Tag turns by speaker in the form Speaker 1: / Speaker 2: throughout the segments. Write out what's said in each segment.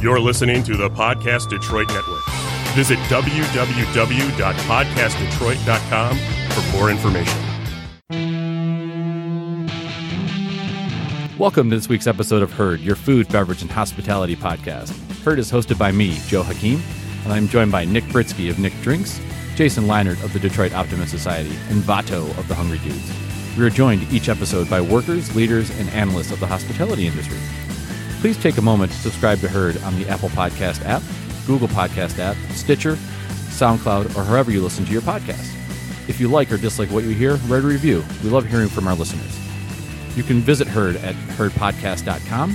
Speaker 1: You're listening to the Podcast Detroit Network. Visit www.podcastdetroit.com for more information.
Speaker 2: Welcome to this week's episode of Herd, your food, beverage, and hospitality podcast. Herd is hosted by me, Joe Hakeem, and I'm joined by Nick Britsky of Nick Drinks, Jason Leinert of the Detroit Optimist Society, and Vato of the Hungry Dudes. We are joined each episode by workers, leaders, and analysts of the hospitality industry. Please take a moment to subscribe to Herd on the Apple Podcast app, Google Podcast app, Stitcher, SoundCloud, or wherever you listen to your podcast. If you like or dislike what you hear, write a review. We love hearing from our listeners. You can visit Herd at herdpodcast.com,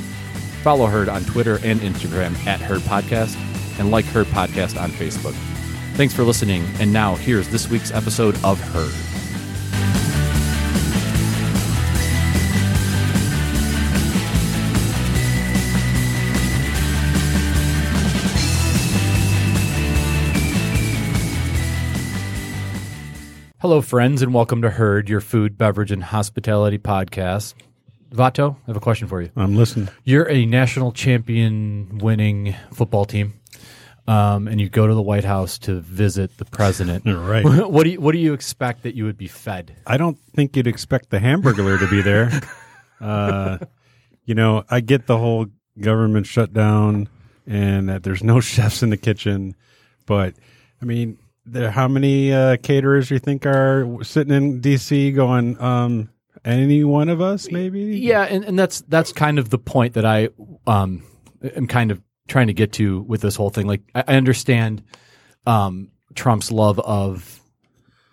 Speaker 2: follow Herd on Twitter and Instagram at Herd Podcast, and like Herd Podcast on Facebook. Thanks for listening, and now here's this week's episode of Herd. Hello, friends, and welcome to Herd, your food, beverage, and hospitality podcast. Vato, I have a question for you.
Speaker 3: I'm listening.
Speaker 2: You're a national champion winning football team, um, and you go to the White House to visit the president.
Speaker 3: right.
Speaker 2: What do you What do you expect that you would be fed?
Speaker 3: I don't think you'd expect the hamburglar to be there. uh, you know, I get the whole government shutdown and that there's no chefs in the kitchen, but I mean, there how many uh, caterers you think are sitting in D.C. going, um, any one of us maybe?
Speaker 2: Yeah, and, and that's that's kind of the point that I um, am kind of trying to get to with this whole thing. Like, I, I understand um, Trump's love of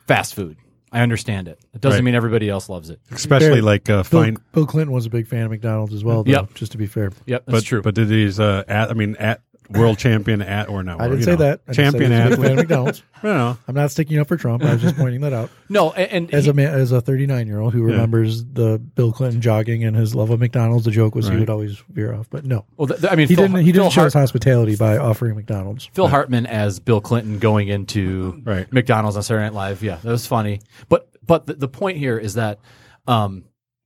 Speaker 2: fast food. I understand it. It doesn't
Speaker 3: Right.
Speaker 2: mean everybody else loves it.
Speaker 3: especially like uh,
Speaker 4: Bill,
Speaker 3: fine.
Speaker 4: Bill Clinton was a big fan of McDonald's as well. Though,
Speaker 2: Yep.
Speaker 4: Just to be fair,
Speaker 2: Yep, that's
Speaker 3: But
Speaker 2: true.
Speaker 3: But did these uh, at? I mean, at world champion at or no?
Speaker 4: I didn't
Speaker 3: you
Speaker 4: say
Speaker 3: know,
Speaker 4: that. I just said
Speaker 3: champion
Speaker 4: he was a big fan of
Speaker 3: athlete.
Speaker 4: McDonald's.
Speaker 3: no, no.
Speaker 4: I'm not sticking up for Trump. I was just pointing that out.
Speaker 2: no, and, and
Speaker 4: As
Speaker 2: he-
Speaker 4: a man, as a 39 year old who remembers the Bill Clinton jogging and his love of McDonald's, the joke was he
Speaker 3: Right.
Speaker 4: would always veer off. But no,
Speaker 2: well, th- th- I mean,
Speaker 4: he
Speaker 2: Phil,
Speaker 4: didn't. He
Speaker 2: Phil
Speaker 4: didn't show
Speaker 2: Hart-
Speaker 4: his hospitality by offering McDonald's.
Speaker 2: Phil Hartman as Bill Clinton going into
Speaker 3: Right.
Speaker 2: McDonald's on Saturday Night Live. Yeah, that was funny. But but the, the point here is that um,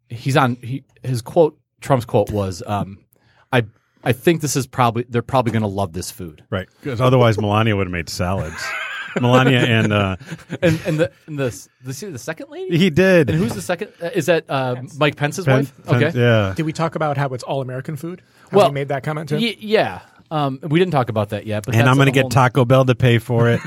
Speaker 2: he's on he, his quote. Trump's quote was, um, "I I think this is probably they're probably going to love this food."
Speaker 3: Right. Because otherwise, Melania would have made salads. Melania and uh,
Speaker 2: And and the and the the, see the second lady.
Speaker 3: he did.
Speaker 2: And who's the second? uh, Is that uh, Mike Pence's
Speaker 3: Pence-
Speaker 2: wife? Okay.
Speaker 3: Pence- Yeah.
Speaker 5: Did we talk about how it's all American food? How
Speaker 2: Well,
Speaker 5: we made that comment too.
Speaker 2: Ye- yeah. Um, we didn't talk about that yet. But
Speaker 3: And
Speaker 2: that's
Speaker 3: I'm going
Speaker 2: a
Speaker 3: to
Speaker 2: whole-
Speaker 3: get Taco Bell to pay for it.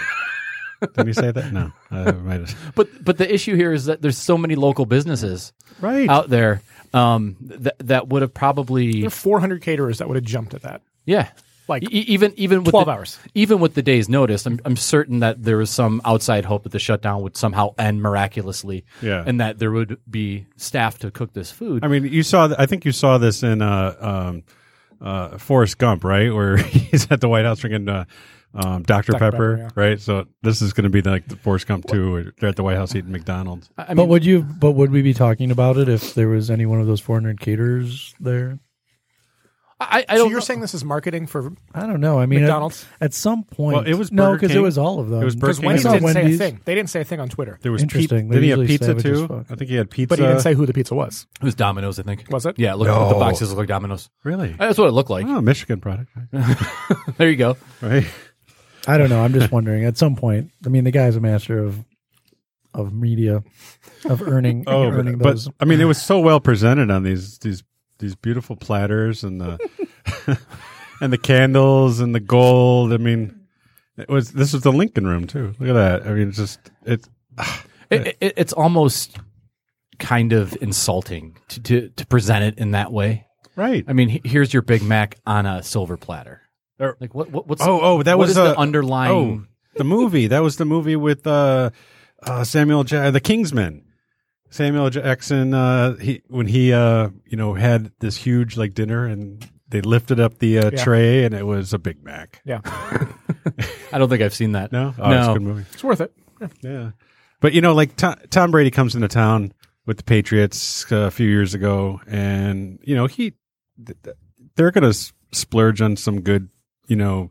Speaker 3: Did he say that? No. I might have-
Speaker 2: But but the issue here is that there's so many local businesses
Speaker 3: Right.
Speaker 2: out there um, that that would have probably
Speaker 5: There are 400 caterers that would have jumped at that.
Speaker 2: Yeah.
Speaker 5: Like,
Speaker 2: E- e- even even with
Speaker 5: 12
Speaker 2: the-
Speaker 5: hours.
Speaker 2: Even with the day's notice, I'm I'm certain that there was some outside hope that the shutdown would somehow end miraculously.
Speaker 3: Yeah.
Speaker 2: And that there would be staff to cook this food.
Speaker 3: I mean, you saw. th- I think you saw this in uh, um, uh, Forrest Gump, right? Where he's at the White House drinking uh, um, Dr. Pepper,
Speaker 5: Pepper,
Speaker 3: right? So this is going to be like the Forrest Gump too. Where they're at the White House eating McDonald's.
Speaker 2: I mean,
Speaker 4: but would you? But would we be talking about it if there was any one of those 400 caterers there?
Speaker 2: I, I
Speaker 5: So
Speaker 2: don't
Speaker 5: you're
Speaker 2: know.
Speaker 5: saying this is marketing for
Speaker 4: I don't know. I mean, at-
Speaker 5: McDonald's?
Speaker 4: at, some point.
Speaker 3: Well, it was
Speaker 4: no,
Speaker 3: Burger
Speaker 4: because it
Speaker 3: King.
Speaker 4: was all of them.
Speaker 3: It was Burger
Speaker 5: because
Speaker 3: King.
Speaker 5: Wendy's
Speaker 3: I saw
Speaker 5: didn't say a
Speaker 4: Wendy's.
Speaker 5: thing. They didn't say a thing on Twitter,
Speaker 3: There was Pizza.
Speaker 4: Interesting. They're
Speaker 3: Did he have
Speaker 4: usually
Speaker 3: pizza
Speaker 4: savage as
Speaker 3: too?
Speaker 4: fuck.
Speaker 3: I think he had pizza.
Speaker 5: but he didn't say who the pizza was.
Speaker 2: it was Domino's, I think.
Speaker 5: Was it? Mm.
Speaker 2: Yeah, look the boxes look like Domino's.
Speaker 3: really.
Speaker 2: That's what it looked like.
Speaker 3: Oh, Michigan product,
Speaker 2: There you go.
Speaker 3: right?
Speaker 4: I don't know. I'm just wondering. At some point, I mean, the guy's a master of of media, of earning
Speaker 3: Oh,
Speaker 4: earning
Speaker 3: but, but,
Speaker 4: those.
Speaker 3: I mean, it was so well presented on these these these beautiful platters and the and the candles and the gold. I mean, it was this was the Lincoln Room too. Look at that. I mean, it's just it's
Speaker 2: It, it, it's almost kind of insulting to, to to present it in that way.
Speaker 3: right.
Speaker 2: I mean, he- here's your Big Mac on a silver platter.
Speaker 3: Or-
Speaker 2: Like what? what what's
Speaker 3: oh, oh, that
Speaker 2: what
Speaker 3: was
Speaker 2: is
Speaker 3: uh,
Speaker 2: the underlying.
Speaker 3: Oh, the movie. That was the movie with uh, uh, Samuel J. The Kingsman. Samuel Jackson. Uh, he when he uh, you know had this huge like dinner and they lifted up the uh,
Speaker 5: Yeah.
Speaker 3: tray and it was a Big Mac.
Speaker 5: Yeah,
Speaker 2: I don't think I've seen that.
Speaker 3: oh. No, oh, it's a good movie.
Speaker 5: it's worth it.
Speaker 3: Yeah, but you know, like Tom, Tom Brady comes into town with the Patriots uh, a few years ago, and you know he th- th- they're going to splurge on some good, you know,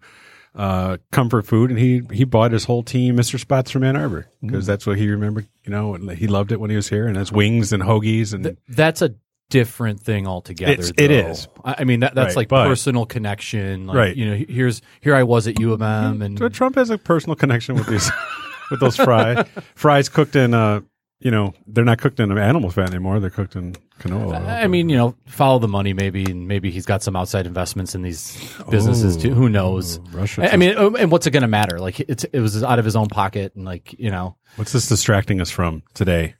Speaker 3: uh, comfort food, and he he bought his whole team Mister Spots from Ann Arbor because that's what he remembered. You know, and he loved it when he was here, and his wings and hoagies and
Speaker 2: That's a different thing altogether.
Speaker 3: It's- it
Speaker 2: though.
Speaker 3: is.
Speaker 2: I, I mean, that, that's
Speaker 3: Right,
Speaker 2: like
Speaker 3: but-
Speaker 2: personal connection. Like,
Speaker 3: Right.
Speaker 2: You know, here's here I was at U of M, and
Speaker 3: Tr- Trump has a personal connection with these, with those fry, fries cooked in. Uh, you know, they're not cooked in animal fat anymore. They're cooked in canola.
Speaker 2: I mean, you know, follow the money maybe, and maybe he's got some outside investments in these businesses too.
Speaker 3: Oh,
Speaker 2: Who knows?
Speaker 3: Russia.
Speaker 2: I, I mean, um, and what's it going to matter? Like, it's, it was out of his own pocket, and like, you know,
Speaker 3: What's this distracting us from today?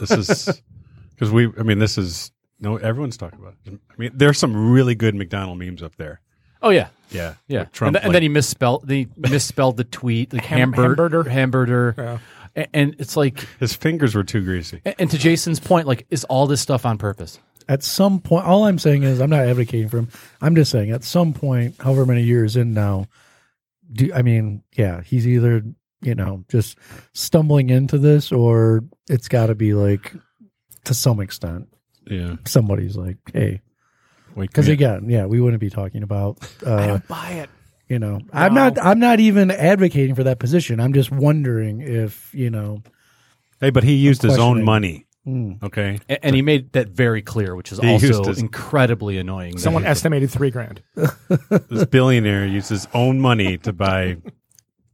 Speaker 3: this is because we. I mean, this is no. Everyone's talking about. It. I mean, there's some really good McDonald memes up there.
Speaker 2: oh yeah,
Speaker 3: Yeah,
Speaker 2: yeah.
Speaker 3: With Trump.
Speaker 2: and, th- and then he misspelled the misspelled the tweet like
Speaker 5: Ham-
Speaker 2: hamburger
Speaker 5: hamburger.
Speaker 2: hamburger, A- and it's like,
Speaker 3: his fingers were too greasy.
Speaker 2: a- and to Jason's point, like, is all this stuff on purpose?
Speaker 4: At some point, all I'm saying is I'm not advocating for him. I'm just saying at some point, however many years in now, do I mean, yeah, he's either you know just stumbling into this or it's got to be like to some extent
Speaker 3: Yeah,
Speaker 4: somebody's like, hey,
Speaker 3: wait,
Speaker 4: because again, yeah, we wouldn't be talking about. Uh,
Speaker 5: Buy it.
Speaker 4: you know, I'm not. I'm not even advocating for that position. I'm just wondering if you know.
Speaker 3: hey, but he used his own
Speaker 4: questioning.
Speaker 3: money.
Speaker 2: Hmm.
Speaker 4: mm,
Speaker 3: Okay,
Speaker 2: A- And, he made that very clear, which is
Speaker 3: He
Speaker 2: also
Speaker 3: used his-
Speaker 2: incredibly annoying. that
Speaker 5: Someone
Speaker 2: he-
Speaker 5: estimated three grand.
Speaker 3: this billionaire used his own money to buy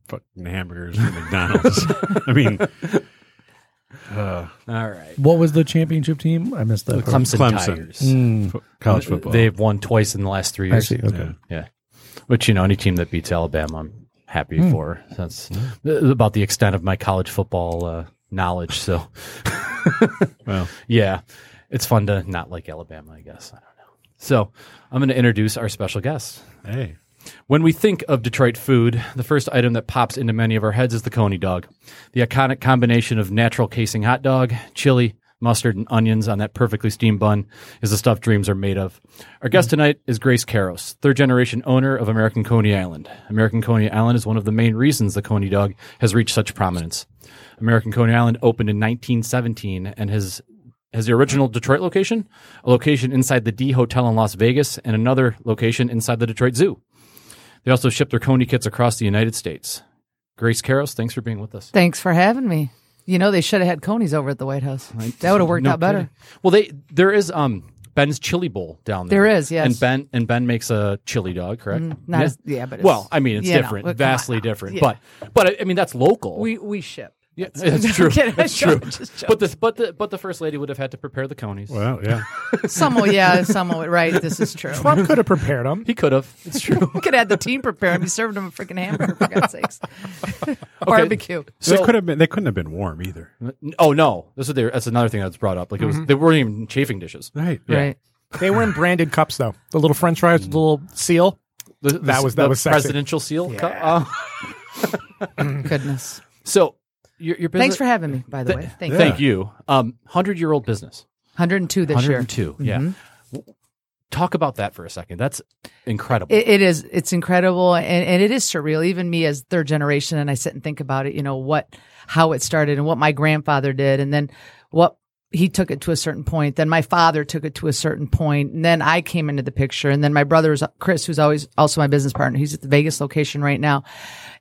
Speaker 3: fucking hamburgers from McDonald's. I mean, uh,
Speaker 2: all right.
Speaker 4: What was the championship team? I missed that. part.
Speaker 2: Clemson,
Speaker 3: Clemson.
Speaker 2: Tigers.
Speaker 4: Mm,
Speaker 3: fo- college football.
Speaker 2: They've won twice in the last three
Speaker 4: I
Speaker 2: years.
Speaker 4: see. Okay.
Speaker 3: Yeah.
Speaker 2: Yeah. Which, you know, any team that beats Alabama, I'm happy for. That's th- about the extent of my college football uh, knowledge. So,
Speaker 3: Well,
Speaker 2: yeah, it's fun to not like Alabama, I guess. I don't know. So, I'm going to introduce our special guest.
Speaker 3: hey,
Speaker 2: When we think of Detroit food, the first item that pops into many of our heads is the Coney dog, the iconic combination of natural casing hot dog, chili, mustard, and onions on that perfectly steamed bun is the stuff dreams are made of. Our guest tonight is Grace Karros, third generation owner of American Coney Island. American Coney Island is one of the main reasons the Coney dog has reached such prominence. American Coney Island opened in 1917 and has has the original Detroit location, a location inside the D Hotel in Las Vegas, and another location inside the Detroit Zoo. They also ship their Coney kits across the United States. Grace Karros, thanks for being with us.
Speaker 6: Thanks for having me. You know, they should have had conies over at the White House. That would have worked
Speaker 2: No
Speaker 6: out better.
Speaker 2: kidding. Well, they there is um Ben's Chili Bowl down there.
Speaker 6: There is, yes. Mm-hmm.
Speaker 2: And Ben and Ben makes a chili dog, correct?
Speaker 6: not as- yeah, but it's-
Speaker 2: well, I mean, it's
Speaker 6: you know,
Speaker 2: different,
Speaker 6: but come
Speaker 2: vastly
Speaker 6: on.
Speaker 2: different.
Speaker 6: Yeah.
Speaker 2: But but I- I mean, that's local.
Speaker 6: We we ship.
Speaker 2: yeah, that's true.
Speaker 6: kidding.
Speaker 2: That's true.
Speaker 6: I'm just joking.
Speaker 2: But the but the but the first lady would have had to prepare the conies.
Speaker 3: well, yeah.
Speaker 6: Some will, yeah, some will, right. This is true.
Speaker 5: Trump could have prepared them.
Speaker 2: He could have. It's true.
Speaker 6: We could have the team prepare and be serving them a freaking hamburger for God's sakes. Barbecue.
Speaker 3: they could have been. They couldn't have been warm either.
Speaker 2: oh no, this is the, that's another thing that's brought up. Like it
Speaker 6: Mm-hmm.
Speaker 2: was, they weren't even chafing dishes.
Speaker 3: Right.
Speaker 6: Right.
Speaker 5: They were in branded cups though. The little French fries with the little seal.
Speaker 2: The,
Speaker 5: That was- that
Speaker 2: the
Speaker 5: was sexy.
Speaker 2: presidential seal. cu- uh,
Speaker 6: Goodness.
Speaker 2: so your, your business.
Speaker 6: Thanks for having me, by the way. Thank you.
Speaker 2: Thank you. Um, hundred year old business.
Speaker 6: 102 this year.
Speaker 2: 102. Yeah.
Speaker 6: Mm-hmm.
Speaker 2: W- Talk about that for a second. That's incredible.
Speaker 6: It, it is. It's incredible, and, and it is surreal. Even me, as third generation, and I sit and think about it. You know what, how it started, and what my grandfather did, and then what he took it to a certain point. Then my father took it to a certain point, and then I came into the picture, and then my brother's Chris, who's always also my business partner. He's at the Vegas location right now,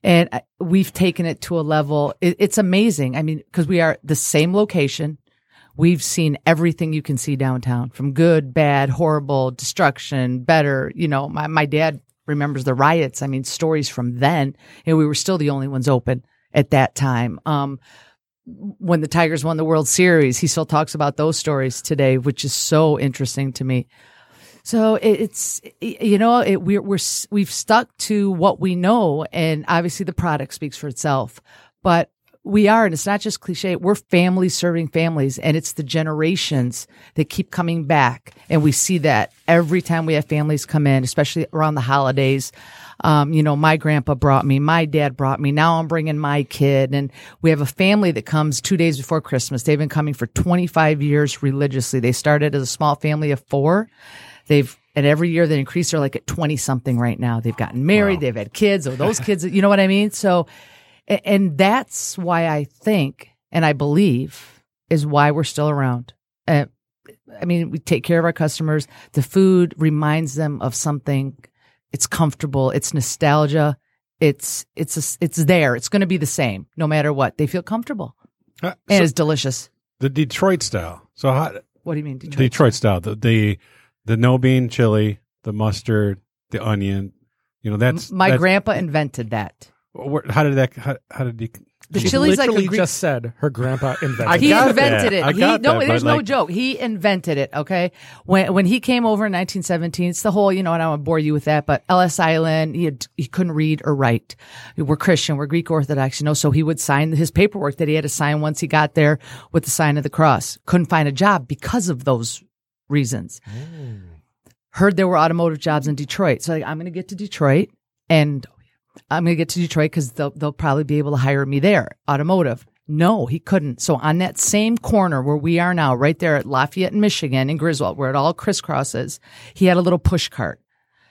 Speaker 6: and I- we've taken it to a level. It, it's amazing. I mean, because we are the same location. We've seen everything you can see downtown from good, bad, horrible, destruction, better. You know, my, my dad remembers the riots. I mean, stories from then, and we were still the only ones open at that time. Um, when the Tigers won the World Series, he still talks about those stories today, which is so interesting to me. So it, it's y- you know it, we're we're s- we've stuck to what we know, and obviously the product speaks for itself. But we are, and it's not just cliche. We're families serving families, and it's the generations that keep coming back, and we see that every time we have families come in, especially around the holidays. Um, you know, my grandpa brought me, my dad brought me. Now I'm bringing my kid, and we have a family that comes two days before Christmas. They've been coming for 25 years religiously. They started as a small family of four they've and every year they increase they're like at 20 something right now they've gotten married they've had kids or those kids you know what i mean so a- and that's why i think and i believe is why we're still around uh, i mean we take care of our customers the food reminds them of something it's comfortable it's nostalgia it's it's a s it's there it's going to be the same no matter what they feel comfortable
Speaker 3: Uh,
Speaker 6: and
Speaker 3: so
Speaker 6: it's delicious
Speaker 3: the Detroit style. So how
Speaker 6: What do you mean Detroit?
Speaker 3: Detroit style. The, the the no bean chili, the mustard, the onion. You know that's
Speaker 6: My
Speaker 3: that's-
Speaker 6: grandpa invented that.
Speaker 3: where- How did that? How, how did he?
Speaker 6: The
Speaker 5: She
Speaker 6: chili's like a
Speaker 5: literally
Speaker 6: Greek.
Speaker 5: just said her grandpa invented.
Speaker 3: I
Speaker 5: it.
Speaker 6: he
Speaker 3: got that.
Speaker 6: invented it.
Speaker 3: I
Speaker 6: he,
Speaker 3: got
Speaker 6: no,
Speaker 3: that,
Speaker 6: there's
Speaker 3: but,
Speaker 6: no
Speaker 3: like-
Speaker 6: joke. He invented it. Okay, when when he came over in 1917, it's the whole you know, and I won't bore you with that. But Ellis Island, he had, he couldn't read or write. We're Christian, we're Greek Orthodox, you know. So he would sign his paperwork that he had to sign once he got there with the sign of the cross. Couldn't find a job because of those reasons.
Speaker 3: Mm.
Speaker 6: Heard there were automotive jobs in Detroit, so like, I'm going to get to Detroit and I'm going to get to Detroit because they'll, they'll probably be able to hire me there, automotive. No, he couldn't. So on that same corner where we are now, right there at Lafayette and Michigan and Griswold, where it all crisscrosses, he had a little push cart,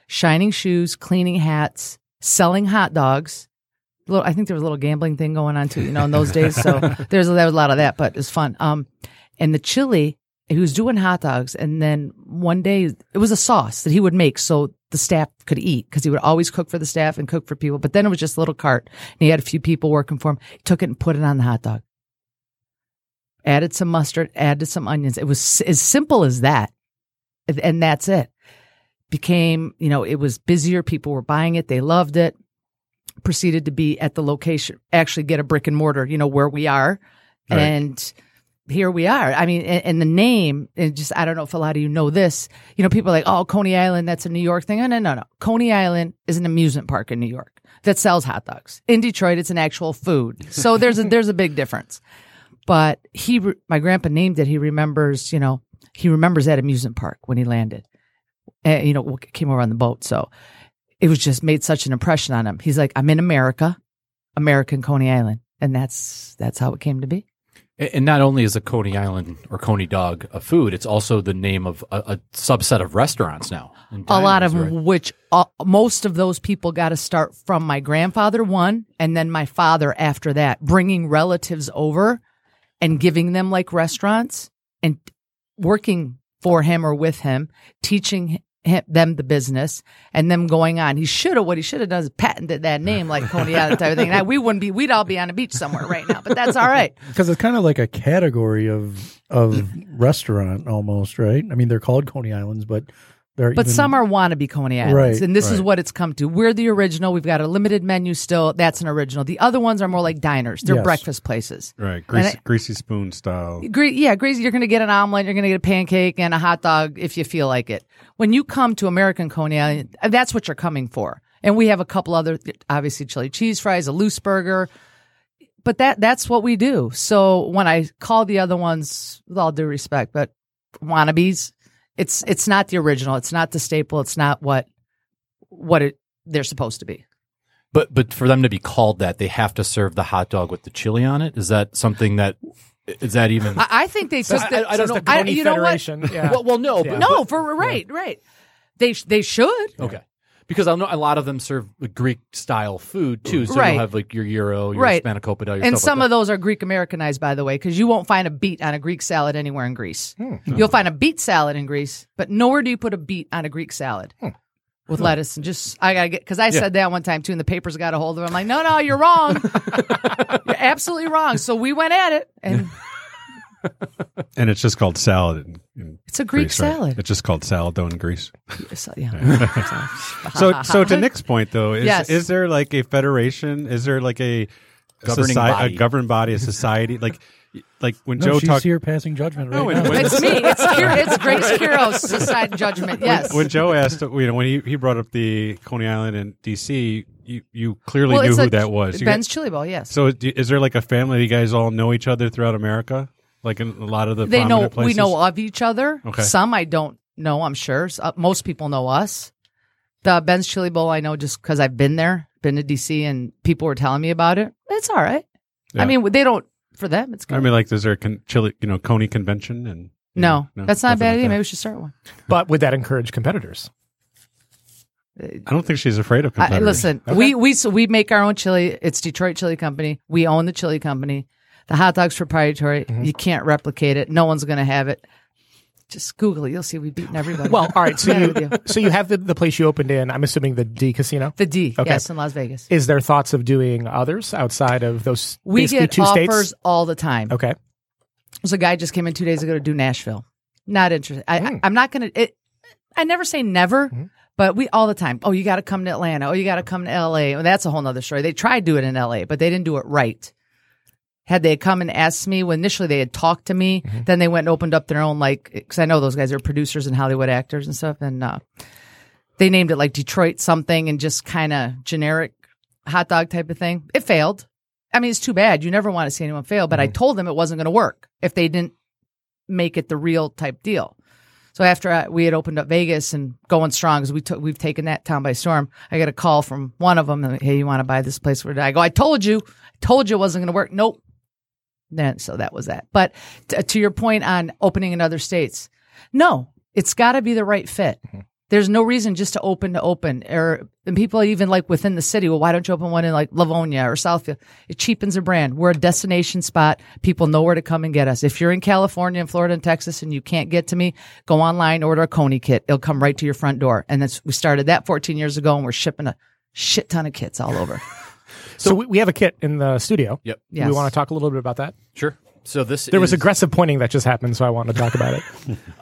Speaker 6: shining shoes, cleaning hats, selling hot dogs. Little, I think there was a little gambling thing going on too, you know, in those days. So there's there was a lot of that, but it's fun. Um, and the chili, he was doing hot dogs, and then one day it was a sauce that he would make so the staff could eat because he would always cook for the staff and cook for people. But then it was just a little cart, and he had a few people working for him. He took it and put it on the hot dog. Added some mustard, added some onions. It was s- as simple as that, and- and that's it. Became, you know, it was busier. People were buying it. They loved it proceeded to be at the location, actually get a brick and mortar, you know, where we are.
Speaker 3: Right.
Speaker 6: And here we are. I mean, and, and the name, and just, I don't know if a lot of you know this. You know, people are like, oh, Coney Island, that's a New York thing. Oh, No, no, no, no. Coney Island is an amusement park in New York that sells hot dogs. In Detroit, it's an actual food. So there's a, there's a big difference. But he, re- my grandpa named it. He remembers, you know, he remembers that amusement park when he landed. Uh, you know, came over on the boat. So it was just made such an impression on him. He's like, I'm in America, American Coney Island. And that's that's how it came to be.
Speaker 7: A- And not only is a Coney Island or Coney Dog a food, it's also the name of a, a subset of restaurants now. and
Speaker 6: a lot of
Speaker 7: diners, right?
Speaker 6: them, which uh, most of those people got to start from my grandfather one, and then my father after that, bringing relatives over and giving them like restaurants and working for him or with him, teaching him, them the business, and them going on. He should have what he should have done is patented that name like Coney Island type of thing. Now, we wouldn't be, we'd all be on a beach somewhere right now, but that's all right.
Speaker 4: because it's kind of like a category of of restaurant almost, right? I mean, they're called Coney Islands, but they're
Speaker 6: But
Speaker 4: even-
Speaker 6: some are wannabe Coney Islands,
Speaker 4: Right,
Speaker 6: and this is
Speaker 4: right.
Speaker 6: what it's come to. We're the original. We've got a limited menu still. That's an original. The other ones are more like diners. They're
Speaker 4: Yes.
Speaker 6: breakfast places.
Speaker 3: Right, greasy,
Speaker 6: I-
Speaker 3: greasy spoon style.
Speaker 6: Gre- yeah, greasy. You're going to get an omelet. You're going to get a pancake and a hot dog if you feel like it. When you come to American Coney Island, uh, that's what you're coming for. And we have a couple other, obviously, chili cheese fries, a loose burger. But that that's what we do. So when I call the other ones, with all due respect, but wannabes, it's it's not the original. It's not the staple. It's not what what it they're supposed to be.
Speaker 7: But but for them to be called that, they have to serve the hot dog with the chili on it. Is that something that is that even?
Speaker 6: I, I think they took
Speaker 5: That's
Speaker 6: the
Speaker 5: the- that's the
Speaker 6: I-
Speaker 5: Coney
Speaker 6: you know what?
Speaker 5: Federation. Yeah.
Speaker 7: well, well, no,
Speaker 5: Yeah.
Speaker 7: but,
Speaker 6: No, for right, right. They sh- they should.
Speaker 7: okay. Because I know a lot of them serve Greek style food too, so
Speaker 6: Right.
Speaker 7: you'll have like your gyro, your
Speaker 6: Right.
Speaker 7: spanakopita, your
Speaker 6: And
Speaker 7: stuff
Speaker 6: some
Speaker 7: like
Speaker 6: of those are Greek Americanized, by the way, because you won't find a beet on a Greek salad anywhere in Greece.
Speaker 3: Hmm.
Speaker 6: You'll find a beet salad in Greece, but nowhere do you put a beet on a Greek salad
Speaker 3: Hmm.
Speaker 6: with lettuce. And just, I got to get, because I said that one time too, and the papers got a hold of it. I'm like, no, no, you're wrong. you're absolutely wrong. So we went at it, and
Speaker 3: And it's just called salad. In, in
Speaker 6: it's a Greek
Speaker 3: Greece, right?
Speaker 6: salad.
Speaker 3: It's just called salad though in Greece.
Speaker 6: So, yeah.
Speaker 3: So, so to Nick's point though, is
Speaker 6: Yes.
Speaker 3: is there like a federation? Is there like a
Speaker 7: Governing
Speaker 3: soci-
Speaker 7: body.
Speaker 3: a governed body, a society? Like, like when
Speaker 4: No,
Speaker 3: Joe
Speaker 4: she's
Speaker 3: talked
Speaker 4: here passing judgment right
Speaker 3: No,
Speaker 4: now.
Speaker 3: and when-
Speaker 6: it's me. It's, Kyr- it's Grace Kiros, Society Judgment. Yes.
Speaker 3: when Joe asked, you know, when he, he brought up the Coney Island and D.C., you, you clearly
Speaker 6: Well,
Speaker 3: knew
Speaker 6: it's
Speaker 3: who
Speaker 6: a-
Speaker 3: that was. You
Speaker 6: Ben's
Speaker 3: got-
Speaker 6: Chili Bowl, yes.
Speaker 3: so, do- is there like a family? You guys all know each other throughout America, like in a lot of the
Speaker 6: they know
Speaker 3: prominent places?
Speaker 6: we know of each other.
Speaker 3: Okay.
Speaker 6: Some I don't know. I'm sure S- uh, most people know us. The Ben's Chili Bowl I know just because I've been there, been to DC, and people were telling me about it. It's all right.
Speaker 3: Yeah.
Speaker 6: I mean, they don't for them. It's good.
Speaker 3: I mean, like, is there a con- chili, you know, Coney convention and
Speaker 6: no, that's not a
Speaker 3: nothing
Speaker 6: bad
Speaker 3: like
Speaker 6: idea.
Speaker 3: that.
Speaker 6: Maybe we should start one.
Speaker 5: but would that encourage competitors?
Speaker 3: I don't think she's afraid of
Speaker 6: I,
Speaker 3: competitors.
Speaker 6: listen, we we so we make our own chili. It's Detroit Chili Company. We own the chili company. The hot dog's proprietary.
Speaker 3: Mm-hmm.
Speaker 6: You can't replicate it. No one's going to have it. Just Google it. You'll see we've beaten everybody.
Speaker 5: Well, all right.
Speaker 6: What's
Speaker 5: So
Speaker 6: the
Speaker 5: you,
Speaker 6: matter with you?
Speaker 5: so you have the, the place you opened in. I'm assuming the D Casino.
Speaker 6: the D,
Speaker 5: Okay.
Speaker 6: yes, in Las Vegas.
Speaker 5: Is there thoughts of doing others outside of those?
Speaker 6: We
Speaker 5: basically
Speaker 6: get
Speaker 5: two
Speaker 6: offers
Speaker 5: states.
Speaker 6: all the time.
Speaker 5: Okay.
Speaker 6: There's a guy just came in two days ago to do Nashville. Not interested. I,
Speaker 5: Hmm.
Speaker 6: I, I'm not going to. I never say never, but we all the time. Oh, you got to come to Atlanta. Oh, you got to come to L.A. Well, that's a whole nother story. They tried to do it in L.A., but they didn't do it right. Had they come and asked me, when initially they had talked to me,
Speaker 5: Mm-hmm.
Speaker 6: then they went and opened up their own like because I know those guys are producers and Hollywood actors and stuff, and uh, they named it like Detroit something and just kind of generic hot dog type of thing. It failed. I mean, it's too bad. You never want to see anyone fail, but I told them it wasn't going to work if they didn't make it the real type deal. So after I, we had opened up Vegas and going strong, because we took we've taken that town by storm. I got a call from one of them, and hey, you want to buy this place? Where I go? I told you, I told you it wasn't going to work. Nope. Then so that was that. But t- to your point on opening in other states, no, it's got to be the right fit. There's no reason just to open to open, or and people even like within the city. Well, why don't you open one in like Livonia or Southfield? It cheapens a brand. We're a destination spot. People know where to come and get us. If you're in California and Florida and Texas and you can't get to me, go online, order a Coney kit. It'll come right to your front door. And that's we started that 14 years ago, and we're shipping a shit ton of kits all over.
Speaker 5: So, we, we have a kit in the studio.
Speaker 7: Yep.
Speaker 5: Do
Speaker 6: Yes.
Speaker 5: We want to talk a little bit about that.
Speaker 7: Sure. So this
Speaker 5: There was
Speaker 7: is-
Speaker 5: aggressive pointing that just happened, so I wanted to talk about it.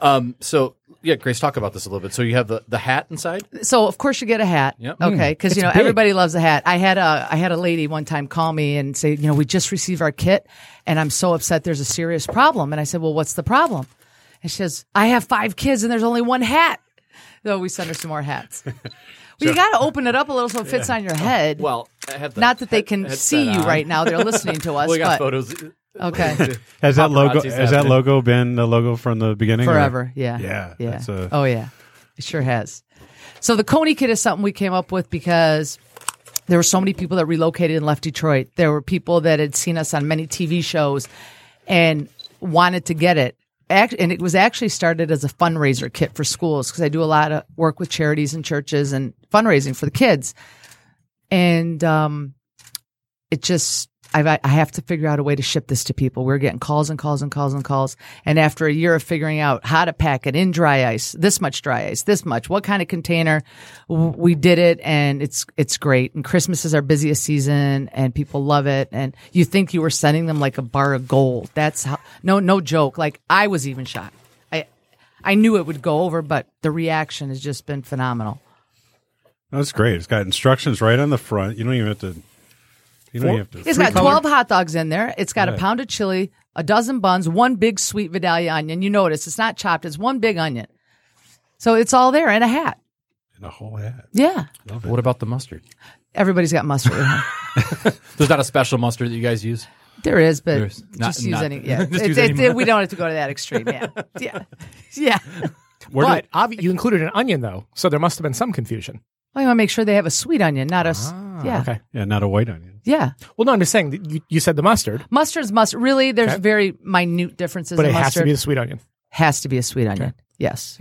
Speaker 7: Um, so yeah, Grace, talk about this a little bit. So you have the the hat inside.
Speaker 6: so of course you get a hat.
Speaker 7: Yep. Mm.
Speaker 6: Okay, because you know
Speaker 5: big.
Speaker 6: everybody loves a hat. I had a I had a lady one time call me and say, you know, we just received our kit, and I'm so upset. There's a serious problem, and I said, well, what's the problem? And she says, I have five kids, and there's only one hat. So we sent her some more hats. well, you got to open it up a little so it fits on your head.
Speaker 7: Oh, Well, I have the
Speaker 6: not that they
Speaker 7: head-
Speaker 6: can
Speaker 7: headset
Speaker 6: see you
Speaker 7: on.
Speaker 6: right now; they're listening to
Speaker 7: Well,
Speaker 6: us.
Speaker 7: we got
Speaker 6: but Oh.
Speaker 7: photos.
Speaker 6: okay,
Speaker 3: Has that logo?
Speaker 7: Paparazzi's
Speaker 3: Has
Speaker 7: have
Speaker 3: that
Speaker 7: it.
Speaker 3: logo been the logo from the beginning? or-
Speaker 6: forever. Yeah,
Speaker 3: Yeah,
Speaker 6: yeah.
Speaker 3: that's a-
Speaker 6: oh yeah, it sure has. So the Coney kit is something we came up with because there were so many people that relocated and left Detroit. There were people that had seen us on many TV shows and wanted to get it. Act- And it was actually started as a fundraiser kit for schools because I do a lot of work with charities and churches and fundraising for the kids. And um, it just, I've, I have to figure out a way to ship this to people. We're getting calls and calls and calls and calls. And after a year of figuring out how to pack it in dry ice, this much dry ice, this much, what kind of container, w- we did it and it's, it's great. And Christmas is our busiest season and people love it. And you think you were sending them like a bar of gold. That's how, no, no joke. Like I was even shocked. I, I knew it would go over, but the reaction has just been phenomenal.
Speaker 3: That's great. It's got instructions right on the front. You don't even have to. You don't even have to.
Speaker 6: It's got 12 hot dogs in there. It's got a pound of chili, a dozen buns, one big sweet Vidalia onion. You notice it's not chopped, it's one big onion. So it's all there and a hat.
Speaker 3: And a whole hat.
Speaker 6: Yeah.
Speaker 7: What about the mustard?
Speaker 6: Everybody's got mustard. at home.
Speaker 7: There's not a special mustard that you guys use.
Speaker 6: there is, but
Speaker 7: There's
Speaker 6: just
Speaker 7: not-
Speaker 6: use
Speaker 7: not-
Speaker 6: any. Yeah.
Speaker 7: just
Speaker 6: It's-
Speaker 7: use
Speaker 6: it's-
Speaker 7: any-
Speaker 6: we don't have to go to that extreme. Yeah. Yeah. Yeah.
Speaker 5: but obvi- you included an onion, though, so there must have been some confusion.
Speaker 6: I want to make sure they have a sweet onion, not a. s- yeah.
Speaker 5: Okay.
Speaker 3: Yeah, not a white onion.
Speaker 6: Yeah.
Speaker 5: Well, no, I'm just saying that you, you said the mustard,
Speaker 6: Mustard's must. Really, there's
Speaker 5: Okay.
Speaker 6: very minute differences
Speaker 5: but
Speaker 6: in
Speaker 5: it has
Speaker 6: mustard.
Speaker 5: to be the sweet onion.
Speaker 6: has to be a sweet onion. Yes.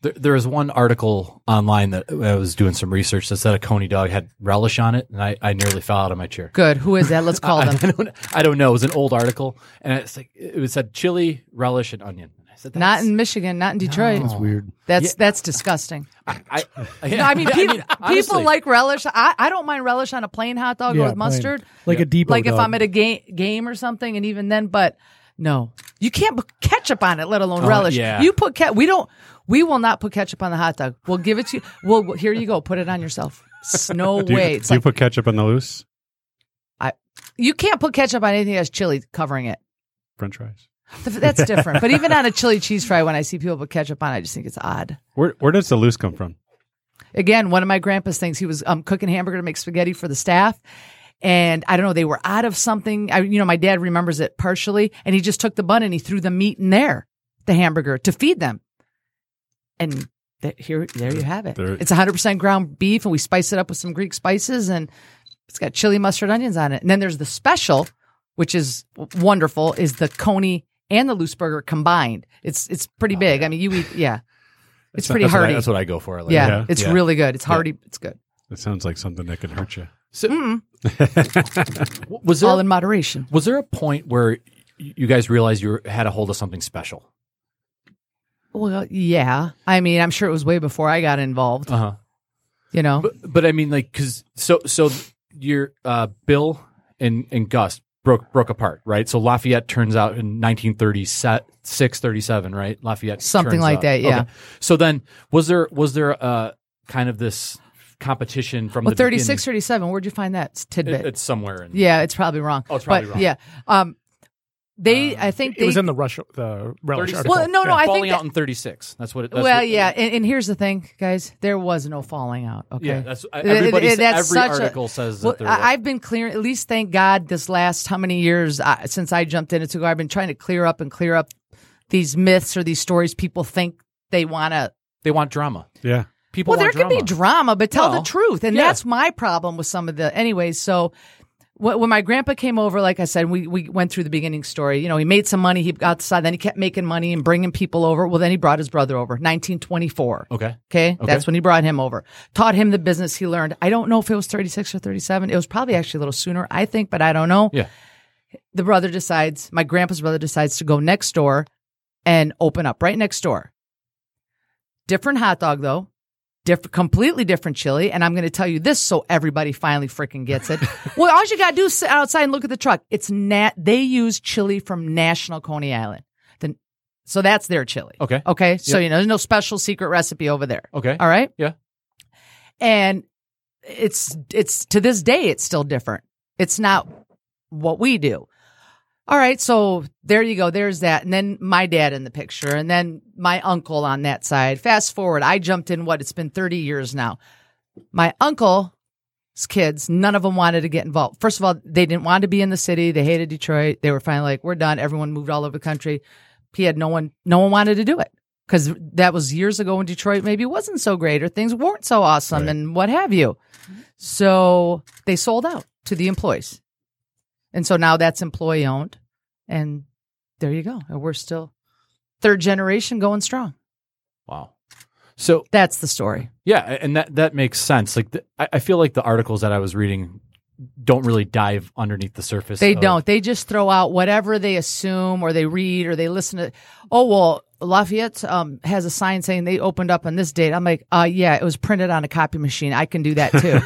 Speaker 2: There, there was one article online that I was doing some research that said a coney dog had relish on it, and I, I nearly fell out of my chair.
Speaker 6: Good. Who is that? Let's call
Speaker 2: I
Speaker 6: them.
Speaker 2: don't, I don't know. It was an old article, and it's like it was said chili, relish, and onion. And I said,
Speaker 6: Not
Speaker 2: "That's-
Speaker 6: in Michigan, not in Detroit. That's
Speaker 4: Weird.
Speaker 6: That's that's disgusting.
Speaker 2: I, I,
Speaker 6: No, I mean, peop- people
Speaker 2: honestly,
Speaker 6: like relish. I, I don't mind relish on a plain hot dog or
Speaker 4: Yeah,
Speaker 6: with mustard.
Speaker 4: plain. Like a Depot
Speaker 6: Like if
Speaker 4: dog.
Speaker 6: I'm at a game game or something, and even then, but no, you can't put ketchup on it, let alone
Speaker 4: Oh,
Speaker 6: relish.
Speaker 2: yeah.
Speaker 6: You put ketchup. We don't. We will not put ketchup on the hot dog. We'll give it to you. Well, we'll- here you go. Put it on yourself. S- No
Speaker 3: Do you,
Speaker 6: way.
Speaker 3: do
Speaker 6: It's
Speaker 3: you
Speaker 6: like
Speaker 3: put ketchup on the loose
Speaker 6: I, you can't put ketchup on anything that's chili covering it.
Speaker 3: French fries?
Speaker 6: Th- That's different. but even on a chili cheese fry, when I see people put ketchup on, it, I just think it's odd.
Speaker 3: Where Where does the loose come from?
Speaker 6: again one of my grandpa's things he was um, cooking hamburger to make spaghetti for the staff and i don't know they were out of something I, you know my dad remembers it partially and he just took the bun and he threw the meat in there the hamburger to feed them and th- here there you have it
Speaker 3: There-
Speaker 6: it's 100% ground beef and we spice it up with some greek spices and it's got chili mustard onions on it and then there's the special which is w- wonderful is the coney and the loose burger combined it's it's pretty big i mean you eat yeah it's pretty
Speaker 2: Oh, that's what I-
Speaker 6: hearty
Speaker 2: that's what I go for. Like,
Speaker 6: yeah,
Speaker 3: Yeah.
Speaker 6: it's
Speaker 2: Yeah.
Speaker 6: really good. It's hearty. It's good.
Speaker 3: That sounds like something that could hurt you.
Speaker 2: W- Was there
Speaker 6: All in moderation.
Speaker 2: was there a point where y- you guys realized you were, had a hold of something special?
Speaker 6: Well, yeah. I mean, I'm sure it was way before I got involved.
Speaker 2: Uh huh.
Speaker 6: You know,
Speaker 2: But, but I mean, like, because so so your uh, Bill and and Gus broke broke apart, right? So Lafayette turns out in 1936, 37, right? Lafayette,
Speaker 6: Something
Speaker 2: turns
Speaker 6: like
Speaker 2: out.
Speaker 6: that, yeah.
Speaker 2: So then, was there was there uh, kind of this competition from
Speaker 6: Well,
Speaker 2: the
Speaker 6: 36,
Speaker 2: beginning?
Speaker 6: 37, where'd you find that s- tidbit?
Speaker 2: It- it's somewhere in
Speaker 6: yeah, it's probably wrong.
Speaker 2: Oh, it's probably
Speaker 6: but,
Speaker 2: wrong. Uh,
Speaker 6: Yeah. Um, they, I think
Speaker 5: It
Speaker 6: they.
Speaker 5: was in the Rush, the Relish
Speaker 2: 36.
Speaker 5: article.
Speaker 6: Well, no, no, I think
Speaker 2: falling out
Speaker 6: that-
Speaker 2: in 36. That's what. it that's
Speaker 6: well,
Speaker 2: what-
Speaker 6: yeah, and, and here's the thing, guys. There was no falling out. Okay,
Speaker 2: Yeah, that's-
Speaker 6: Th-
Speaker 2: everybody-
Speaker 6: th-
Speaker 2: every article says that
Speaker 6: Well,
Speaker 2: there was.
Speaker 6: I, I've been clearing. At least, thank God, this last how many years uh, since I jumped in into I've been trying to clear up and clear up these myths or these stories people think they want to.
Speaker 2: They want drama.
Speaker 3: Yeah.
Speaker 2: People
Speaker 6: Well, there
Speaker 2: want drama.
Speaker 6: can be drama, but tell
Speaker 2: Well,
Speaker 6: the truth, and
Speaker 2: yeah.
Speaker 6: that's my problem with some of the. Anyways, so. wh- When my grandpa came over, like I said, we, we went through the beginning story. You know, he made some money. He got outside. Then he kept making money and bringing people over. Well, then he brought his brother over, 1924.
Speaker 2: Okay.
Speaker 6: Okay? That's when he brought him over. Taught him the business he learned. I don't know if it was 36 or 37. It was probably actually a little sooner, I think, but I don't know.
Speaker 2: Yeah.
Speaker 6: The brother decides, my grandpa's brother decides to go next door and open up right next door. Different hot dog, though. Different, completely different chili, and I'm going to tell you this so everybody finally freaking gets it. well, all you got to do is sit outside and look at the truck. It's nat. They use chili from National Coney Island, then so that's their chili.
Speaker 2: Okay.
Speaker 6: Okay. So
Speaker 2: Yep.
Speaker 6: you know, there's no special secret recipe over there.
Speaker 2: Okay.
Speaker 6: All right.
Speaker 2: Yeah.
Speaker 6: And it's it's to this day it's still different. It's not what we do. All right, so there you go. There's that. And then my dad in the picture and then my uncle on that side. Fast forward, I jumped in what it's been 30 years now. My uncle's kids, none of them wanted to get involved. First of all, they didn't want to be in the city. They hated Detroit. They were finally like, "We're done." Everyone moved all over the country. He had no one no one wanted to do it because that was years ago in Detroit. Maybe it wasn't so great or things weren't so awesome and what have you. So they sold out to the employees, and so now that's employee owned. And there you go. And we're still third generation going strong.
Speaker 2: Wow. So
Speaker 6: That's the story.
Speaker 2: Yeah, a- and that that makes sense. Like, the, I, I feel like the articles that I was reading don't really dive underneath the surface.
Speaker 6: They
Speaker 2: of-
Speaker 6: don't. They just throw out whatever they assume or they read or they listen to. Oh well, Lafayette um, has a sign saying they opened up on this date. I'm like, uh, yeah, it was printed on a copy machine. I can do that too.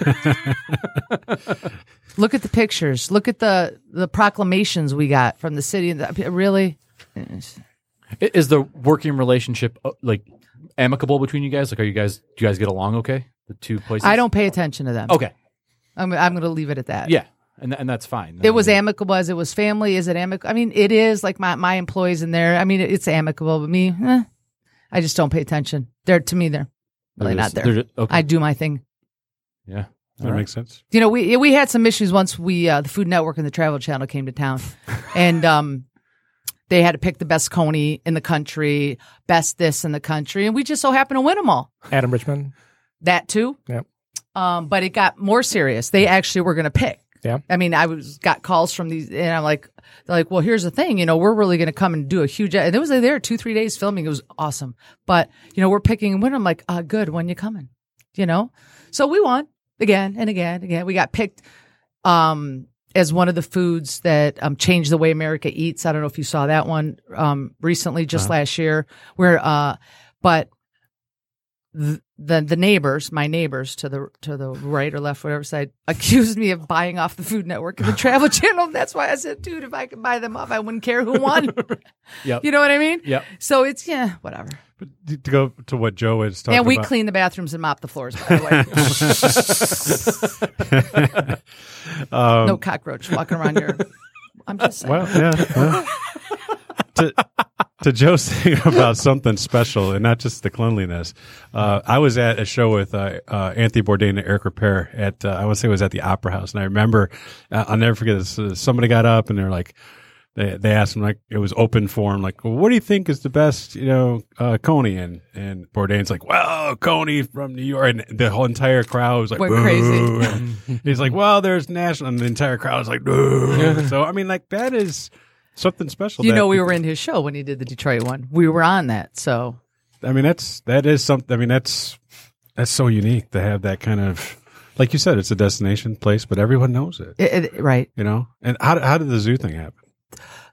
Speaker 6: Look at the pictures. Look at the the proclamations we got from the city. The- Really,
Speaker 2: I- Is the working relationship uh, like amicable between you guys? Like, are you guys do you guys get along okay? The two places.
Speaker 6: I don't pay attention to them.
Speaker 2: Okay.
Speaker 6: I'm I'm going to leave it at that.
Speaker 2: Oh. Yeah, and and that's fine.
Speaker 6: It was amicable as it was family. Is it amicable? I mean, it is like my, my employees in there. I mean, it's amicable, but me, eh, I just don't pay attention. They're to me, they're really not there.
Speaker 2: Just, okay.
Speaker 6: I do my thing.
Speaker 2: yeah.
Speaker 3: That makes sense.
Speaker 6: You know, we we had some issues once we uh, the Food Network and the Travel Channel came to town, and um, they had to pick the best coney in the country, best this in the country, and we just so happened to win them all.
Speaker 5: Adam Richman.
Speaker 6: That too.
Speaker 5: Yep.
Speaker 6: Um, but it got more serious. They actually were going to pick.
Speaker 5: Yeah.
Speaker 6: I mean, I was got calls from these, and I'm like, they're like, well, here's the thing, you know, we're really going to come and do a huge. And it was there two, three days filming. It was awesome. But you know, we're picking and winning. I'm like, uh, good. When you coming? You know. So we won again and again, again. We got picked um, as one of the foods that um, changed the way America eats. I don't know if you saw that one um, recently, just
Speaker 5: Uh-huh.
Speaker 6: last year, where, uh, but th- the the neighbors, my neighbors to the to the right or left, whatever side, accused me of buying off the Food Network and the Travel Channel. That's why I said, dude, if I could buy them off, I wouldn't care who won.
Speaker 2: Yep.
Speaker 6: You know what I mean?
Speaker 2: Yep.
Speaker 6: So it's yeah, whatever.
Speaker 3: But to go to what Joe was talking
Speaker 6: and we
Speaker 3: about.
Speaker 6: clean the bathrooms and mop the floors. By the way, no cockroach walking around here. I'm just saying.
Speaker 3: Um, Well, yeah. well. to, to Joe's thing about something special and not just the cleanliness, uh, I was at a show with uh, uh, Anthony Bourdain and Eric Repair at, uh, I would say it was at the Opera House. And I remember, uh, I'll never forget this. Uh, somebody got up and they're like, they, they asked him like it was open forum like well, what do you think is the best you know uh, Coney and and Bourdain's like well Coney from New York and the whole entire crowd was like
Speaker 6: Went crazy.
Speaker 3: "Boo." And he's like well there's national and the entire crowd is like "Boo." so I mean like that is something special
Speaker 6: you
Speaker 3: that-
Speaker 6: know, we were in his show when he did the Detroit one. We were on that, so
Speaker 3: I mean, that's that is something. I mean, that's that's so unique to have that kind of, like you said, it's a destination place, but everyone knows it.
Speaker 6: it, it- right.
Speaker 3: You know, and how how did the zoo thing happen?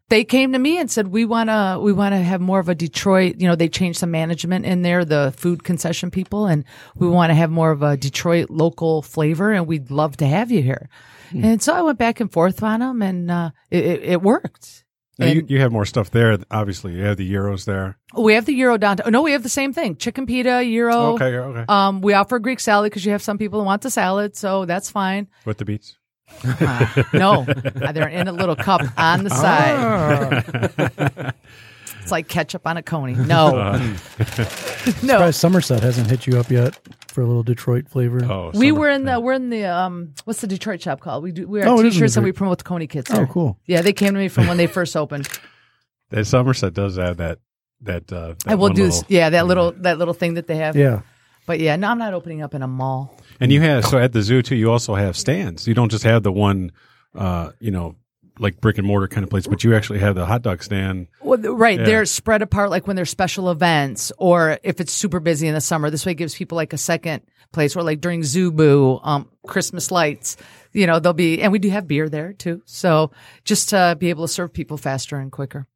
Speaker 6: they came to me and said we want to we want to have more of a Detroit, you know, they changed some management in there, the food concession people and we want to have more of a Detroit local flavor and we'd love to have you here. And so I went back and forth on them and uh, it, it, it worked.
Speaker 3: Now, you,
Speaker 6: And-
Speaker 3: you have more stuff there. Obviously, you have the euros there.
Speaker 6: We have the Euro downtown. No, we have the same thing: chicken pita, Euro.
Speaker 3: Okay, yeah, okay.
Speaker 6: Um, we offer Greek salad because you have some people who want the salad, so that's fine.
Speaker 3: With the beats.
Speaker 6: Uh, no, they're in a little cup on the side.
Speaker 5: Uh,
Speaker 6: It's like ketchup on a coney.
Speaker 3: Uh,
Speaker 6: No, no.
Speaker 4: Surprised Somerset hasn't hit you up yet for a little Detroit flavor.
Speaker 3: Oh,
Speaker 6: We
Speaker 3: summer.
Speaker 6: were in the we're in the um what's the Detroit shop called? We do we are
Speaker 4: Oh, it is in
Speaker 6: t-shirts and we
Speaker 4: Detroit.
Speaker 6: promote the Coney Kids.
Speaker 4: Oh,
Speaker 6: there.
Speaker 4: cool.
Speaker 6: Yeah, they came to me from when they first opened.
Speaker 3: That Somerset does have that. That, uh, that
Speaker 6: I will
Speaker 3: one
Speaker 6: do
Speaker 3: little-
Speaker 6: this. Yeah, that little that little thing that they have.
Speaker 4: Yeah.
Speaker 6: But yeah, no, I'm not opening up in a mall.
Speaker 3: And you have so at the zoo too. You also have stands. You don't just have the one, uh, you know, like brick and mortar kind of place, but you actually have the hot dog stand.
Speaker 6: Well, th- right,
Speaker 3: Yeah.
Speaker 6: they're spread apart like when there's special events or if it's super busy in the summer. This way it gives people like a second place or like during Zubu, um, Christmas lights, you know, they'll be, and we do have beer there too. So just to be able to serve people faster and quicker.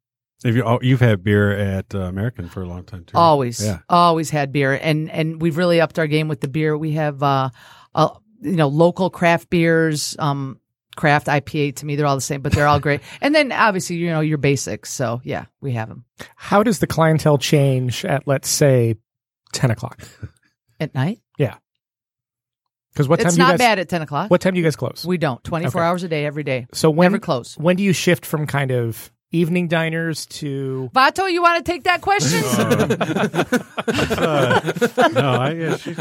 Speaker 3: If you oh, you've had beer at uh, American for a long time too.
Speaker 6: Always,
Speaker 3: yeah.
Speaker 6: always had beer. And, and we've really upped our game with the beer. We have, uh, uh you know, local craft beers, um, craft IPA to me, they're all the same, but they're all great. And then obviously, you know, your basics. So yeah, we have them
Speaker 5: How does the clientele change at let's say ten o'clock?
Speaker 6: at night.
Speaker 5: Because what time
Speaker 6: it's
Speaker 5: do you
Speaker 6: not
Speaker 5: guys?
Speaker 6: bad at 10 o'clock.
Speaker 5: What time do you guys close?
Speaker 6: We don't. 24
Speaker 5: Okay.
Speaker 6: hours a day, every day.
Speaker 5: so when
Speaker 6: Never close.
Speaker 5: when do you shift from kind of evening diners to
Speaker 6: Vato, you want to take that question?
Speaker 3: no, I, yeah, she-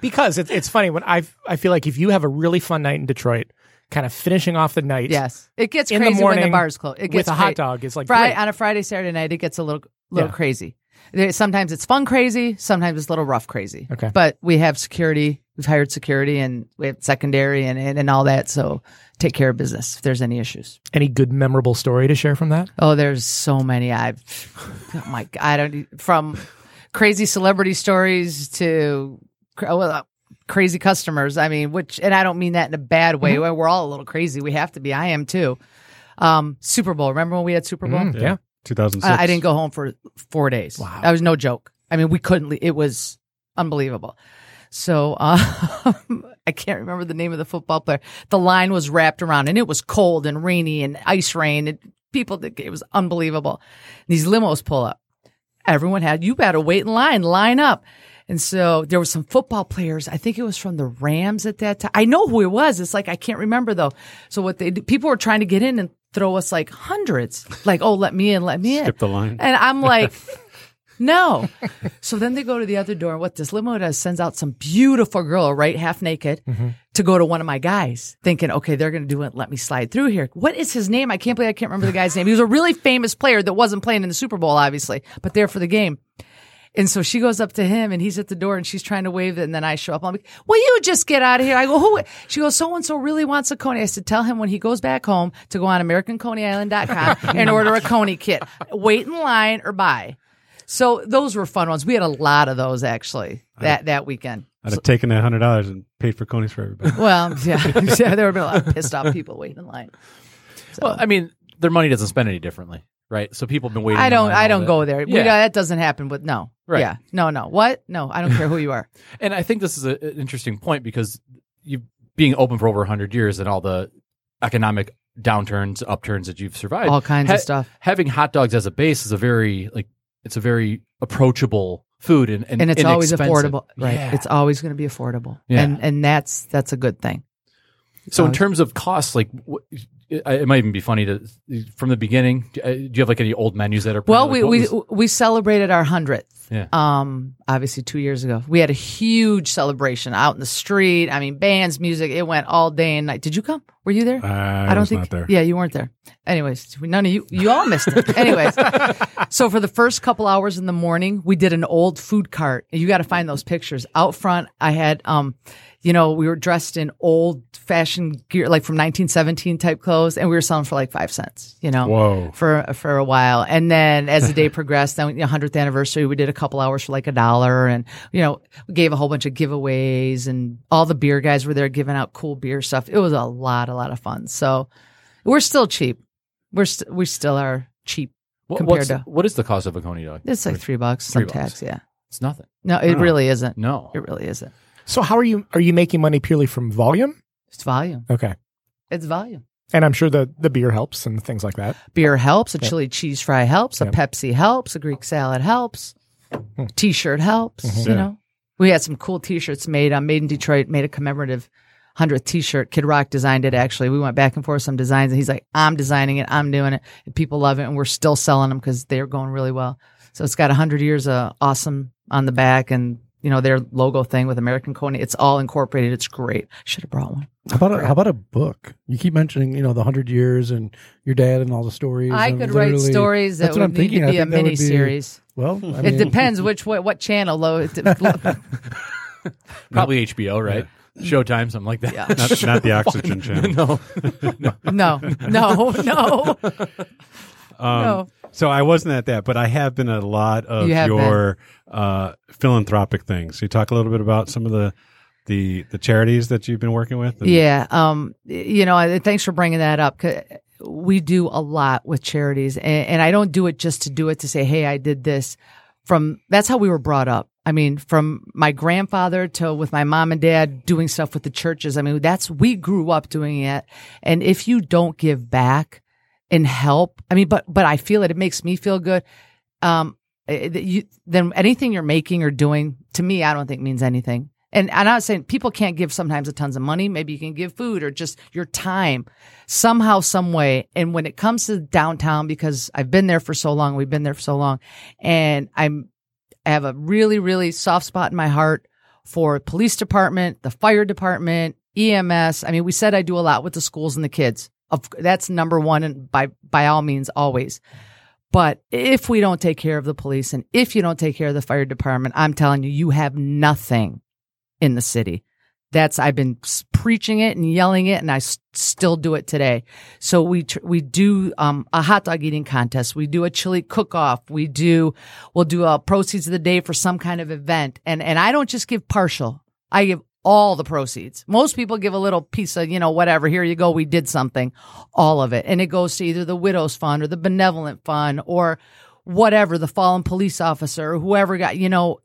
Speaker 5: because it's it's funny when I I feel like if you have a really fun night in Detroit, kind of finishing off the night,
Speaker 6: yes. It gets
Speaker 5: In the
Speaker 6: crazy when
Speaker 5: morning
Speaker 6: the bars close. It
Speaker 5: with
Speaker 6: gets
Speaker 5: a hot
Speaker 6: cra-
Speaker 5: dog is like
Speaker 6: Friday,
Speaker 5: great.
Speaker 6: on a Friday, Saturday night, it gets a little little
Speaker 5: Yeah.
Speaker 6: crazy. There- Sometimes it's fun crazy. Sometimes it's a little rough crazy.
Speaker 5: Okay.
Speaker 6: But we have security. We've hired security and we have secondary and, and, and all that. So take care of business if there's any issues.
Speaker 5: Any good memorable story to share from that?
Speaker 6: Oh, there's so many. I've, oh my, g- I don't, from crazy celebrity stories to cr- well, uh, crazy customers. I mean, which, and I don't mean that in a bad way.
Speaker 5: Mm-hmm.
Speaker 6: We're all a little crazy. We have to be. I am too. Um, Super Bowl. Remember when we had Super Bowl?
Speaker 5: Mm, yeah.
Speaker 3: 2006.
Speaker 6: I, I didn't go home for four days. Wow. That was no joke. I mean, we couldn't, le- it was unbelievable. So um, I can't remember the name of the football player. The line was wrapped around, and it was cold and rainy and ice rain. And people, it was unbelievable. These limos pull up. Everyone had you better wait in line, line up. And so there were some football players. I think it was from the Rams at that time. I know who it was. It's like I can't remember though. So what they did- people were trying to get in and throw us like hundreds, like oh let me in, let me in.
Speaker 3: Skip the line.
Speaker 6: And I'm like, no. So then they go to the other door. And what this limo does sends out some beautiful girl, right, half naked, to go to one of my guys, thinking, okay, they're going to do it. Let me slide through here. What is his name? I can't believe I can't remember the guy's name. He was a really famous player that wasn't playing in the Super Bowl, obviously, but there for the game. And so she goes up to him and he's at the door and she's trying to wave it. And then I show up. I'm like, will you just get out of here? I go, who? She goes, so and so really wants a Coney. I said, tell him when he goes back home to go on AmericanConeyIsland.com and order a Coney kit. Wait in line or buy. So those were fun ones. We had a lot of those actually that, that weekend.
Speaker 3: I'd have taken that hundred dollars and paid for conies for everybody.
Speaker 6: Well, yeah, yeah, there would have been a lot of pissed off people waiting in line.
Speaker 2: Well, I mean, their money doesn't spend any differently, right? So people have been waiting.
Speaker 6: I don't,
Speaker 2: around and
Speaker 6: I
Speaker 2: all
Speaker 6: don't
Speaker 2: that.
Speaker 6: go there. We-
Speaker 2: Yeah.
Speaker 6: that doesn't happen with no.
Speaker 2: Right.
Speaker 6: Yeah. No, no. What? No, I don't care who you are.
Speaker 2: And I think this is a, an interesting point because you being open for over 100 years and all the economic downturns, upturns that you've survived,
Speaker 6: All kinds of stuff.
Speaker 2: Having hot dogs as a base is a very like it's a very approachable food and and,
Speaker 6: and it's always
Speaker 2: inexpensive.
Speaker 6: affordable right
Speaker 2: Yeah.
Speaker 6: it's always going to be affordable
Speaker 2: Yeah.
Speaker 6: and and that's that's a good thing
Speaker 2: so in terms of costs, like. What, I- it might even be funny to from the beginning. Do uh, do you have like any old menus that are?
Speaker 6: well
Speaker 2: like,
Speaker 6: we
Speaker 2: what
Speaker 6: we,
Speaker 2: was-
Speaker 6: we celebrated our 100th
Speaker 2: Yeah.
Speaker 6: um obviously 2 years ago we had a huge celebration out in the street i mean bands music it went all day and night did you come were you there
Speaker 3: Uh, I, was not there.
Speaker 6: Yeah, you weren't there. Anyways, none of you, you all missed it. Anyways, so for the first couple hours in the morning, we did an old food cart. You got to find those pictures out front. I had, um, you know, we were dressed in old fashioned gear, like from 1917 type clothes, and we were selling for like five cents. You know,
Speaker 3: Whoa.
Speaker 6: for for a while, and then as the day progressed, then the hundredth anniversary, we did a couple hours for like a dollar, and you know, we gave a whole bunch of giveaways, and all the beer guys were there giving out cool beer stuff. It was a lot, a lot of fun. So We're still cheap. We're st- we still are cheap.
Speaker 2: What,
Speaker 6: Compared
Speaker 2: what's-
Speaker 6: to-
Speaker 2: what is the cost of a coney dog?
Speaker 6: It's like three bucks
Speaker 2: Three
Speaker 6: some tax.
Speaker 2: bucks.
Speaker 6: Yeah.
Speaker 2: It's nothing.
Speaker 6: No, it really isn't.
Speaker 2: No.
Speaker 6: It really isn't.
Speaker 5: So how are you? Are you making money purely from volume?
Speaker 6: It's volume.
Speaker 5: Okay,
Speaker 6: It's volume.
Speaker 5: and I'm sure the the beer helps and things like that.
Speaker 6: Beer helps. A chili cheese fry helps. A
Speaker 5: Yep.
Speaker 6: Pepsi helps. A Greek salad helps.
Speaker 4: Hmm.
Speaker 6: T-shirt helps.
Speaker 4: Mm-hmm.
Speaker 6: You know, we had some cool T-shirts made. I made in Detroit. Made a commemorative hundredth T-shirt. Kid Rock designed it. Actually, we went back and forth some designs, and he's like, "I'm designing it. I'm doing it." And people love it, and we're still selling them because they're going really well. So it's got hundred years of awesome on the back, and you know their logo thing with American Coney. It's all incorporated. It's great. Should have brought one.
Speaker 4: How about a, how about a book? You keep mentioning you know the hundred years and your dad and all the stories.
Speaker 6: I
Speaker 4: and
Speaker 6: could write
Speaker 4: literally-
Speaker 6: stories that
Speaker 4: that's what I'm
Speaker 6: would need
Speaker 4: thinking.
Speaker 6: to
Speaker 4: I
Speaker 6: be a
Speaker 4: think that would
Speaker 6: mini series.
Speaker 4: Well, I
Speaker 6: It
Speaker 4: mean,
Speaker 6: depends which what, what channel. Low, it de-
Speaker 2: Probably HBO, right? Showtime, something like that.
Speaker 6: Yeah.
Speaker 3: Not, not the oxygen channel.
Speaker 2: no.
Speaker 6: no, no, no.
Speaker 3: Um,
Speaker 6: No.
Speaker 3: So I wasn't at that, but I have been at a lot of
Speaker 6: Oh. You have
Speaker 3: your uh, philanthropic things. you talk a little bit about some of the the the charities that you've been working with. and-
Speaker 6: Yeah. Um. You know. I- Thanks for bringing that up. 'cause We do a lot with charities, and, and I don't do it just to do it to say, "Hey, I did this." From that's how we were brought up. I mean, from my grandfather to with my mom and dad doing stuff with the churches. I mean, that's we grew up doing it. And if you don't give back and help, I mean, but but I feel it. It makes me feel good. um, eh, that you, then anything you're making or doing to me, I don't think means anything. And and I'm not saying people can't give sometimes a tons of money. Maybe you can give food or just your time, somehow, some way. And when it comes to downtown, because I've been there for so long, we've been there for so long, and I'm I have a really really soft spot in my heart for police department, the fire department, EMS. I mean, we said I do a lot with the schools and the kids. Of that's number one, and by by all means, always. But if we don't take care of the police and if you don't take care of the fire department, I'm telling you, you have nothing in the city. That's I've been s- preaching it and yelling it, and I s- still do it today. So we tr- we do um, a hot dog eating contest. We do a chili cook off. We do we'll do uh, proceeds of the day for some kind of event, and and I don't just give partial. I give all the proceeds. Most people give a little piece of, you know, whatever, here you go, we did something, all of it. And it goes to either the widow's fund or the benevolent fund or whatever, the fallen police officer or whoever got, you know,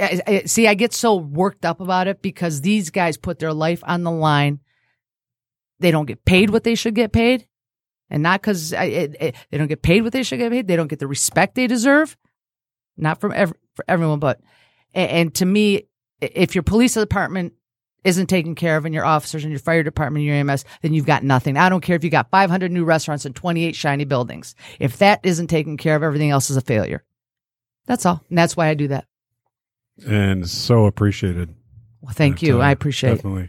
Speaker 6: I, I- see, I get so worked up about it because these guys put their life on the line. They don't get paid what they should get paid, and not because they don't get paid what they should get paid. They don't get the respect they deserve, not from ev- for everyone, but and, and to me, i- if your police department isn't taken care of, and your officers and your fire department, and your EMS, then you've got nothing. I don't care if you got 500 new restaurants and 28 shiny buildings. If that isn't taken care of, everything else is a failure. That's all, and that's why I do that.
Speaker 3: and so appreciated.
Speaker 6: Well, thank you.
Speaker 3: Uh,
Speaker 6: I appreciate it.
Speaker 3: definitely.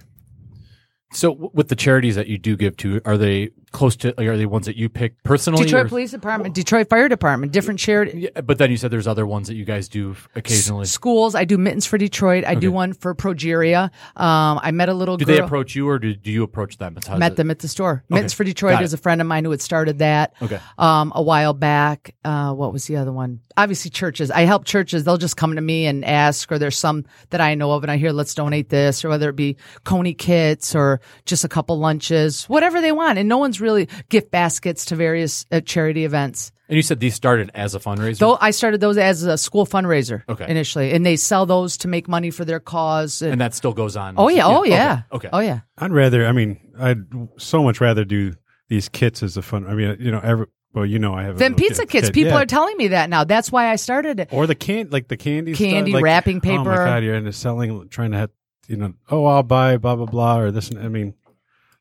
Speaker 2: So, w- with the charities that you do give to, are they close to? Are they ones that you pick personally?
Speaker 6: Detroit
Speaker 2: or-
Speaker 6: Police Department, Detroit Fire Department, different charity
Speaker 2: Yeah, but then you said there's other ones that you guys do f- occasionally.
Speaker 6: schools. I do mittens for Detroit. I do one for Progeria. Um, I met a little
Speaker 2: Do
Speaker 6: girl.
Speaker 2: they approach you, or do, do you approach them? It's how is
Speaker 6: met
Speaker 2: it-
Speaker 6: them at the store. Mittens for Detroit
Speaker 2: Got it.
Speaker 6: is a friend of mine who had started that
Speaker 2: Okay.
Speaker 6: um, a while back. Uh, what was the other one? Obviously, churches. I help churches. They'll just come to me and ask, or there's some that I know of, and I hear, let's donate this, or whether it be Coney kits or just a couple lunches, whatever they want. And no one's really gift baskets to various uh, charity events.
Speaker 2: And you said these started as a fundraiser.
Speaker 6: Though I started those as a school fundraiser
Speaker 2: Okay.
Speaker 6: initially, and they sell those to make money for their cause.
Speaker 2: and that still goes on.
Speaker 6: oh yeah, oh
Speaker 2: okay,
Speaker 6: yeah,
Speaker 2: Okay.
Speaker 6: oh yeah.
Speaker 3: I'd rather. I mean, I'd so much rather do these kits as a fun. I mean, uh, you know, every well, you know, I have a
Speaker 6: Then
Speaker 3: little
Speaker 6: pizza
Speaker 3: kid-
Speaker 6: kits.
Speaker 3: kid,
Speaker 6: People
Speaker 3: yeah.
Speaker 6: are telling me that now. That's why I started it.
Speaker 3: or the can like the candy,
Speaker 6: Candy,
Speaker 3: stuff, like,
Speaker 6: wrapping
Speaker 3: Oh
Speaker 6: paper.
Speaker 3: my god, you're into selling, trying to have you know. Oh, I'll buy blah blah blah or this. and I mean,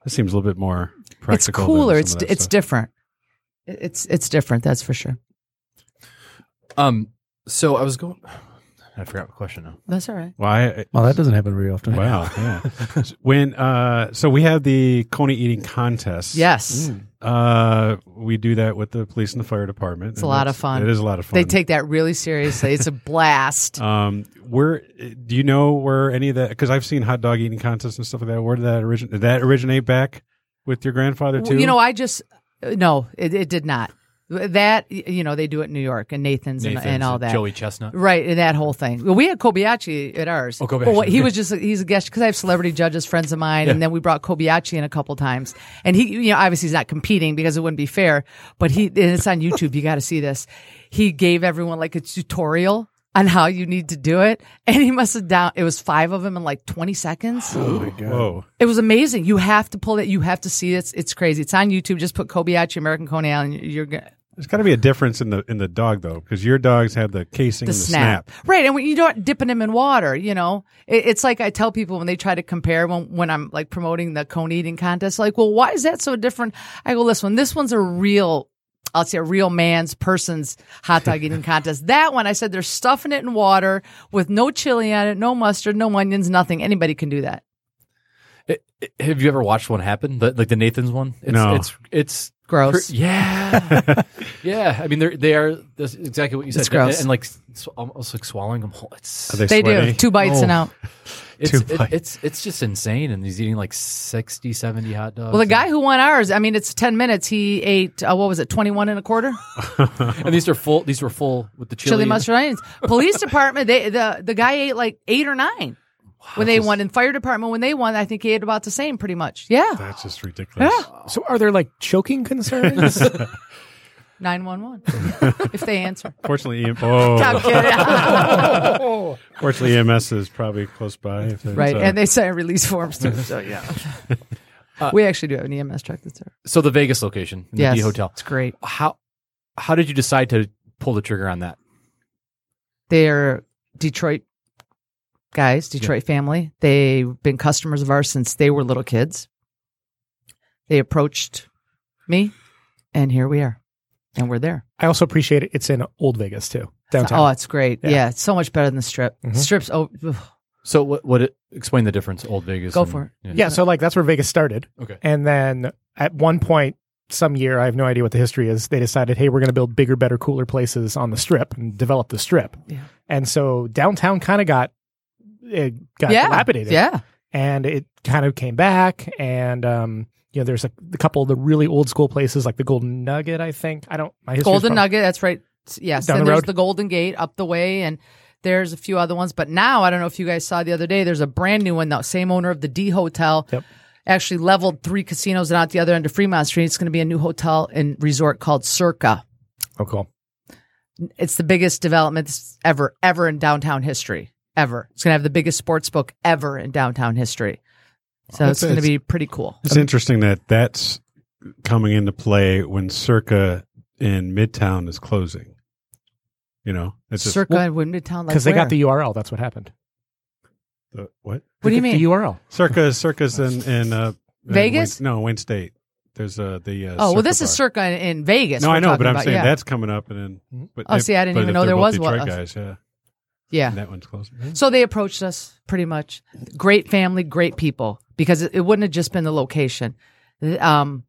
Speaker 3: this seems a little bit more practical.
Speaker 6: It's
Speaker 3: than
Speaker 6: cooler.
Speaker 3: some
Speaker 6: It's
Speaker 3: of that
Speaker 6: it's
Speaker 3: stuff.
Speaker 6: different. It- It's it's different. That's for sure.
Speaker 2: Um. So I was going. I forgot the question now.
Speaker 6: That's all right.
Speaker 3: Why? I-
Speaker 4: well, that doesn't happen very often.
Speaker 3: Wow. Yeah. when uh so we have the Coney eating contest.
Speaker 6: Yes,
Speaker 3: Uh we do that with the police and the fire department.
Speaker 6: It's
Speaker 3: and
Speaker 6: a lot
Speaker 3: that's-
Speaker 6: of fun.
Speaker 3: It is a lot of fun.
Speaker 6: they take that really seriously. It's a blast.
Speaker 3: um where do you know where any of that cuz I've seen hot dog eating contests and stuff like that. Where did that originate? Did that originate back with your grandfather
Speaker 6: Well,
Speaker 3: too?
Speaker 6: You know, I just uh, no, it, it did not. That y- you know they do it in New York and Nathan's,
Speaker 2: Nathan's
Speaker 6: and, and all that.
Speaker 2: Joey Chestnut.
Speaker 6: Right, and that whole thing. Well, we had Kobayashi at ours.
Speaker 2: Oh, Kobayashi,
Speaker 6: But what- he
Speaker 2: okay.
Speaker 6: was just, he's a guest because I have celebrity judges, friends of mine, and then we brought Kobayashi in a couple times. And he, you know, obviously he's not competing because it wouldn't be fair, but he, and it's on YouTube. You got to see this. He gave everyone like a tutorial on how you need to do it. And he must have down, it was five of them in like 20 seconds.
Speaker 3: Whoa.
Speaker 6: It was amazing. You have to pull it. You have to see it. It's, it's crazy. It's on YouTube. Just put Kobayashi American Coney Island. You're going to.
Speaker 3: There's got to be a difference in the in the dog though, because your dogs have the casing
Speaker 6: the
Speaker 3: and the
Speaker 6: snap.
Speaker 3: snap.
Speaker 6: Right. And when you don't dipping them in water, you know, it, it's like I tell people when they try to compare when, when I'm like promoting the cone eating contest, like, well, why is that so different? I go, listen, this one's a real, I'll say a real man's person's hot dog eating contest. That one, I said they're stuffing it in water with no chili on it, no mustard, no onions, nothing. Anybody can do that.
Speaker 2: Have you ever watched one happen? The, like the Nathan's one? It's,
Speaker 3: No.
Speaker 2: It's it's
Speaker 6: Gross.
Speaker 2: cr- yeah, yeah. I mean, they're they are that's exactly what you said.
Speaker 6: It's gross.
Speaker 2: And, like s- almost like swallowing them whole. It's
Speaker 3: Are they,
Speaker 6: They
Speaker 3: sweaty?
Speaker 6: do two bites and
Speaker 2: Oh.
Speaker 6: out.
Speaker 2: it's
Speaker 3: Two
Speaker 2: it,
Speaker 3: bites.
Speaker 2: it's it's just insane. And he's eating like 60, 70 hot dogs.
Speaker 6: Well, the guy who won ours, I mean, it's 10 minutes. He ate, uh, what was it, 21 and a quarter?
Speaker 2: and these are full. These were full with the chili,
Speaker 6: chili, mustard onions. Police department, they the the guy ate like eight or nine when they won, and fire department when they won, I think he ate about the same, pretty much. Yeah,
Speaker 3: That's just ridiculous.
Speaker 5: So are there like choking concerns?
Speaker 6: nine one one. If they answer,
Speaker 3: Fortunately, EM- oh,
Speaker 6: I'm kidding.
Speaker 3: fortunately, EMS is probably close by. If it's,
Speaker 6: right?
Speaker 3: uh,
Speaker 6: And they sign release forms too. So yeah, we actually do have an EMS truck that's there.
Speaker 2: So the Vegas location, in
Speaker 6: Yes,
Speaker 2: the D hotel.
Speaker 6: It's great.
Speaker 2: How how did you decide to pull the trigger on that?
Speaker 6: They're Detroit guys, Detroit family. They've been customers of ours since they were little kids. They approached me, and here we are, and we're there.
Speaker 5: I also appreciate it. It's in Old Vegas too, downtown.
Speaker 6: Oh, it's great. Yeah.
Speaker 5: Yeah. Mm-hmm.
Speaker 6: it's so much better than the strip. Strips. Oh, ugh.
Speaker 2: So what what it, explain the difference? Old Vegas.
Speaker 6: Go for
Speaker 2: it.
Speaker 5: yeah, so like that's where Vegas started.
Speaker 2: Okay.
Speaker 5: And then at one point, some year, I have no idea what the history is, they decided, hey, we're going to build bigger, better, cooler places on the strip and develop the strip.
Speaker 6: Yeah.
Speaker 5: And so downtown kind of got, it got
Speaker 6: yeah,
Speaker 5: dilapidated.
Speaker 6: Yeah,
Speaker 5: And it kind of came back. And, um, you know, there's a, a couple of the really old school places like the Golden Nugget, I think. I don't, my history.
Speaker 6: Golden Nugget. That's right. Yes,
Speaker 5: Down
Speaker 6: and
Speaker 5: the
Speaker 6: there's
Speaker 5: road.
Speaker 6: the Golden Gate up the way, and there's a few other ones. But now I don't know if you guys saw the other day. There's a brand new one. The same owner of the D Hotel
Speaker 5: Yep.
Speaker 6: actually leveled three casinos and out the other end of Fremont Street. It's going to be a new hotel and resort called Circa.
Speaker 5: Oh, cool.
Speaker 6: It's the biggest development ever, ever in downtown history. Ever. It's going to have the biggest sports book ever in downtown history. So
Speaker 3: That's-
Speaker 6: it's going to
Speaker 3: it's-
Speaker 6: be pretty cool.
Speaker 3: It's interesting that that's coming into play when Circa in Midtown is closing. You know, it's just
Speaker 6: Circa and Windtown, like
Speaker 5: Because they
Speaker 6: where?
Speaker 5: got the URL. That's what happened.
Speaker 3: the, what
Speaker 6: What do you
Speaker 5: They got
Speaker 6: mean?
Speaker 5: The URL.
Speaker 3: Circa Circa's in in uh, in
Speaker 6: Vegas?
Speaker 3: Wayne- no, Wayne State. There's uh, the uh,
Speaker 6: Oh well,
Speaker 3: Circa
Speaker 6: this is
Speaker 3: bar.
Speaker 6: circa in, in Vegas.
Speaker 3: No,
Speaker 6: we're
Speaker 3: I know,
Speaker 6: talking
Speaker 3: but I'm
Speaker 6: about,
Speaker 3: saying
Speaker 6: yeah.
Speaker 3: that's coming up, and then but
Speaker 6: Oh, see, I didn't
Speaker 3: but
Speaker 6: even
Speaker 3: if
Speaker 6: know
Speaker 3: they're
Speaker 6: there
Speaker 3: both
Speaker 6: was
Speaker 3: Detroit
Speaker 6: one.
Speaker 3: guys. Yeah,
Speaker 6: yeah.
Speaker 3: and that one's closing.
Speaker 6: So they approached us pretty much. Great family, great people, because it, it wouldn't have just been the location. Th- Um,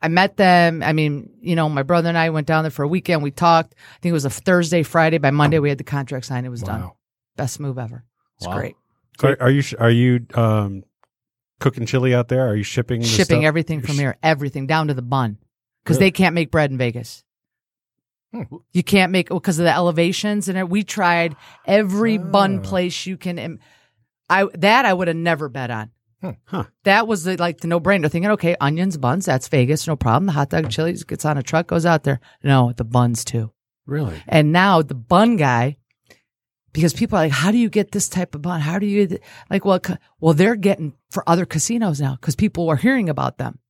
Speaker 6: I met them. I mean, you know, my brother and I went down there for a weekend. We talked. I think it was a Thursday, Friday. By Monday, we had the contract signed. It was done. Best move ever. It's
Speaker 2: Wow.
Speaker 6: great.
Speaker 3: So are, are you sh- are you um, cooking chili out there? Are you shipping the
Speaker 6: Shipping
Speaker 3: stuff?
Speaker 6: everything from here, everything down to the bun, because they can't make bread in Vegas.
Speaker 3: Hmm.
Speaker 6: You can't make because of the elevations and it- we tried every bun
Speaker 3: Ah.
Speaker 6: place you can. im- I that I would have never bet on.
Speaker 3: Hmm.
Speaker 6: That was the, like the no brainer. Thinking, okay, onions, buns, that's Vegas, no problem. The hot dog, chilies gets on a truck, goes out there. No, the buns too.
Speaker 2: Really?
Speaker 6: And now the bun guy, because people are like, how do you get this type of bun? How do you get th-" like? Well, ca- well, they're getting for other casinos now because people are hearing about them.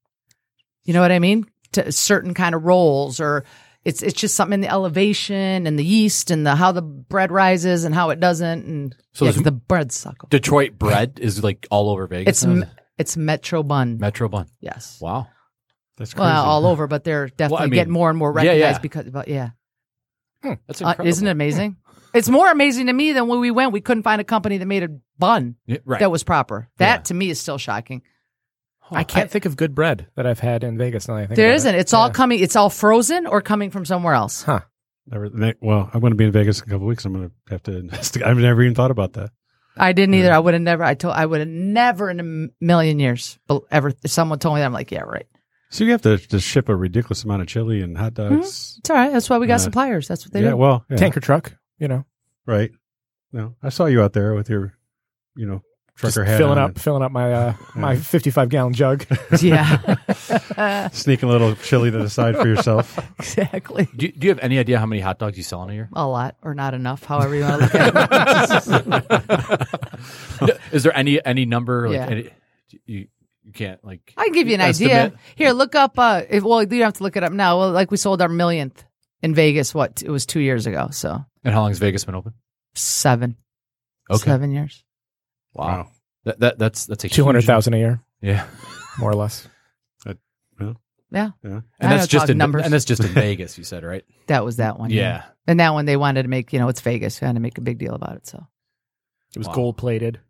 Speaker 6: You know what I mean? To certain kind of rolls, or it's it's just something in the elevation and the yeast and the how the bread rises and how it doesn't, and
Speaker 2: So
Speaker 6: so
Speaker 2: there's-
Speaker 6: the bread suckle.
Speaker 2: Detroit bread is like all over Vegas.
Speaker 6: It's
Speaker 2: now?
Speaker 6: m- it's Metro Bun.
Speaker 2: Metro bun.
Speaker 6: yes.
Speaker 2: Wow.
Speaker 3: That's crazy.
Speaker 6: Well, all over, but they're definitely
Speaker 2: mean-
Speaker 6: getting more and more
Speaker 2: Yeah, yeah.
Speaker 6: recognized because, but yeah,
Speaker 2: That's
Speaker 6: Uh,
Speaker 2: incredible.
Speaker 6: isn't it amazing? It's more amazing to me than when we went. We couldn't find a company that made a bun
Speaker 2: Yeah, right.
Speaker 6: that was proper. That
Speaker 2: Yeah.
Speaker 6: to me is still shocking.
Speaker 5: I can't think of good bread that I've had in Vegas. Now that I think
Speaker 6: There
Speaker 5: about
Speaker 6: isn't.
Speaker 5: It.
Speaker 6: It's all coming. It's all frozen or coming from somewhere else.
Speaker 3: Never- ne- well, I'm going to be in Vegas in a couple weeks. I'm going to have to investigate. I've never even thought about that.
Speaker 6: I didn't either. I would have never. I told. I would have never in a m- million years bel- ever. If someone told me that, I'm like, yeah, right.
Speaker 3: So you have to, to ship a ridiculous amount of chili and hot dogs.
Speaker 6: It's all right. That's why we got
Speaker 3: Uh,
Speaker 6: suppliers. That's what Hmm? they
Speaker 3: Yeah,
Speaker 6: do.
Speaker 3: well, yeah,
Speaker 5: Tanker truck, you know,
Speaker 3: right. No, I saw you out there with your, you know,
Speaker 5: just
Speaker 3: trucker hat,
Speaker 5: filling
Speaker 3: on
Speaker 5: up, filling up my uh, my fifty five gallon jug.
Speaker 6: yeah.
Speaker 3: and sneaking a little chili to the side for yourself.
Speaker 6: exactly.
Speaker 2: Do, do you have any idea how many hot dogs you sell in a year?
Speaker 6: A lot or not enough, however you want to look at it.
Speaker 2: Is there any any number? Like,
Speaker 6: Yeah.
Speaker 2: any, you, you can't like.
Speaker 6: I can give you an idea.
Speaker 2: Estimate.
Speaker 6: Here, look up. Uh, if, well, you don't have to look it up now. Well, like we sold our millionth in Vegas. What it was two years ago. So
Speaker 2: And how long has Vegas been open?
Speaker 6: seven, seven years.
Speaker 2: Wow. That, that that's that's a huge-
Speaker 5: Two hundred thousand a year,
Speaker 2: Yeah.
Speaker 5: more or less.
Speaker 6: Yeah,
Speaker 3: Yeah.
Speaker 6: I
Speaker 2: And that's
Speaker 6: don't
Speaker 2: just
Speaker 6: talk
Speaker 2: in
Speaker 6: numbers.
Speaker 2: And that's just in Vegas. You said right.
Speaker 6: that was that one.
Speaker 2: Yeah.
Speaker 6: and that one they wanted to make. You know, it's Vegas. We had to make a big deal about it. So
Speaker 5: It was
Speaker 2: Wow.
Speaker 5: gold plated.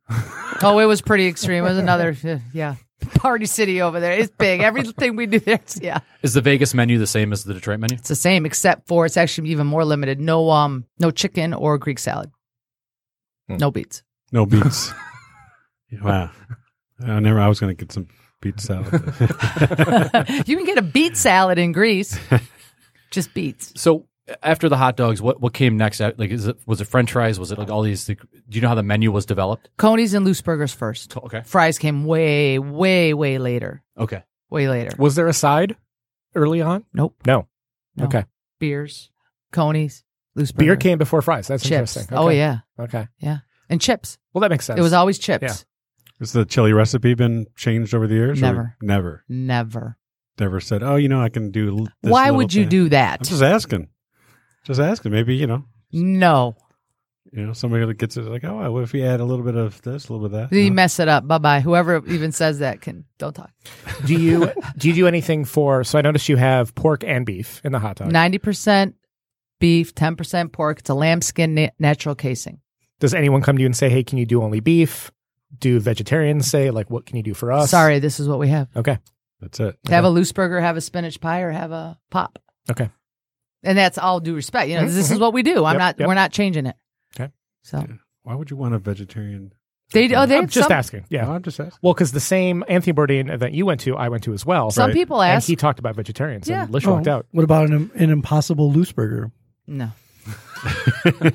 Speaker 6: oh, it was pretty extreme. It was another yeah party city over there. It's big. Everything we do there. It's, yeah,
Speaker 2: Is the Vegas menu the same as the Detroit menu?
Speaker 6: it's the same except for it's actually even more limited. No um, no chicken or Greek salad. No beets.
Speaker 3: No beets. wow. I never. I was going to get some beet salad.
Speaker 6: you can get a beet salad in Greece. Just beets.
Speaker 2: So after the hot dogs, what what came next? Uh, Like, is it was it French fries? Was it like all these? Like, do you know how the menu was developed?
Speaker 6: Coney's and loose burgers first.
Speaker 5: Oh,
Speaker 2: Okay.
Speaker 6: Fries came way, way, way later.
Speaker 2: Okay.
Speaker 6: Way later.
Speaker 5: Was there a side early on?
Speaker 6: Nope.
Speaker 5: No.
Speaker 6: No.
Speaker 5: Okay.
Speaker 6: Beers, Coney's, loose burgers.
Speaker 5: Beer came before fries. That's
Speaker 6: chips.
Speaker 5: interesting.
Speaker 6: Oh
Speaker 5: Okay.
Speaker 6: yeah,
Speaker 5: Okay.
Speaker 6: and chips.
Speaker 5: Well, that makes sense.
Speaker 6: It was always chips.
Speaker 5: Yeah.
Speaker 3: Has the chili recipe been changed over the years? or
Speaker 6: Never.
Speaker 3: never,
Speaker 6: Never.
Speaker 3: never said. Oh, you know, I can do. l- This
Speaker 6: Why
Speaker 3: little
Speaker 6: would you
Speaker 3: thing."
Speaker 6: do that?
Speaker 3: I'm just asking. Just asking. Maybe you know.
Speaker 6: no,
Speaker 3: You know, somebody that gets it like, oh, what if we add a little bit of this, a little bit of that?
Speaker 6: you
Speaker 3: No.
Speaker 6: mess it up. Bye bye. Whoever even says that can don't talk.
Speaker 5: do you do you do anything for? So I noticed you have pork and beef in the hot dog.
Speaker 6: Ninety percent beef, ten percent pork. It's a lambskin na- natural casing.
Speaker 5: Does anyone come to you and say, "Hey, can you do only beef?" Do vegetarians say, "Like, what can you do for us?"
Speaker 6: Sorry, this is what we have.
Speaker 5: Okay.
Speaker 3: That's it.
Speaker 6: Have a loose burger, have a spinach pie, or have a pop.
Speaker 5: Okay.
Speaker 6: And that's all due respect. You know,
Speaker 5: Mhm,
Speaker 6: this is what we do. I'm
Speaker 5: Yep,
Speaker 6: not.
Speaker 5: yep.
Speaker 6: We're not changing it.
Speaker 5: Okay.
Speaker 6: So
Speaker 3: Why would you want a vegetarian?
Speaker 6: they. Oh, they.
Speaker 5: I'm just
Speaker 6: some,
Speaker 5: asking.
Speaker 3: No,
Speaker 5: Yeah.
Speaker 3: I'm just asking.
Speaker 5: Well, because the same Anthony Bourdain event you went to, I went to as well.
Speaker 6: Some
Speaker 3: Right.
Speaker 6: people
Speaker 5: And
Speaker 6: ask.
Speaker 5: he talked about vegetarians,
Speaker 6: Yeah.
Speaker 5: and Lish
Speaker 4: Oh,
Speaker 5: walked out.
Speaker 4: What about an, an impossible loose burger?
Speaker 6: no.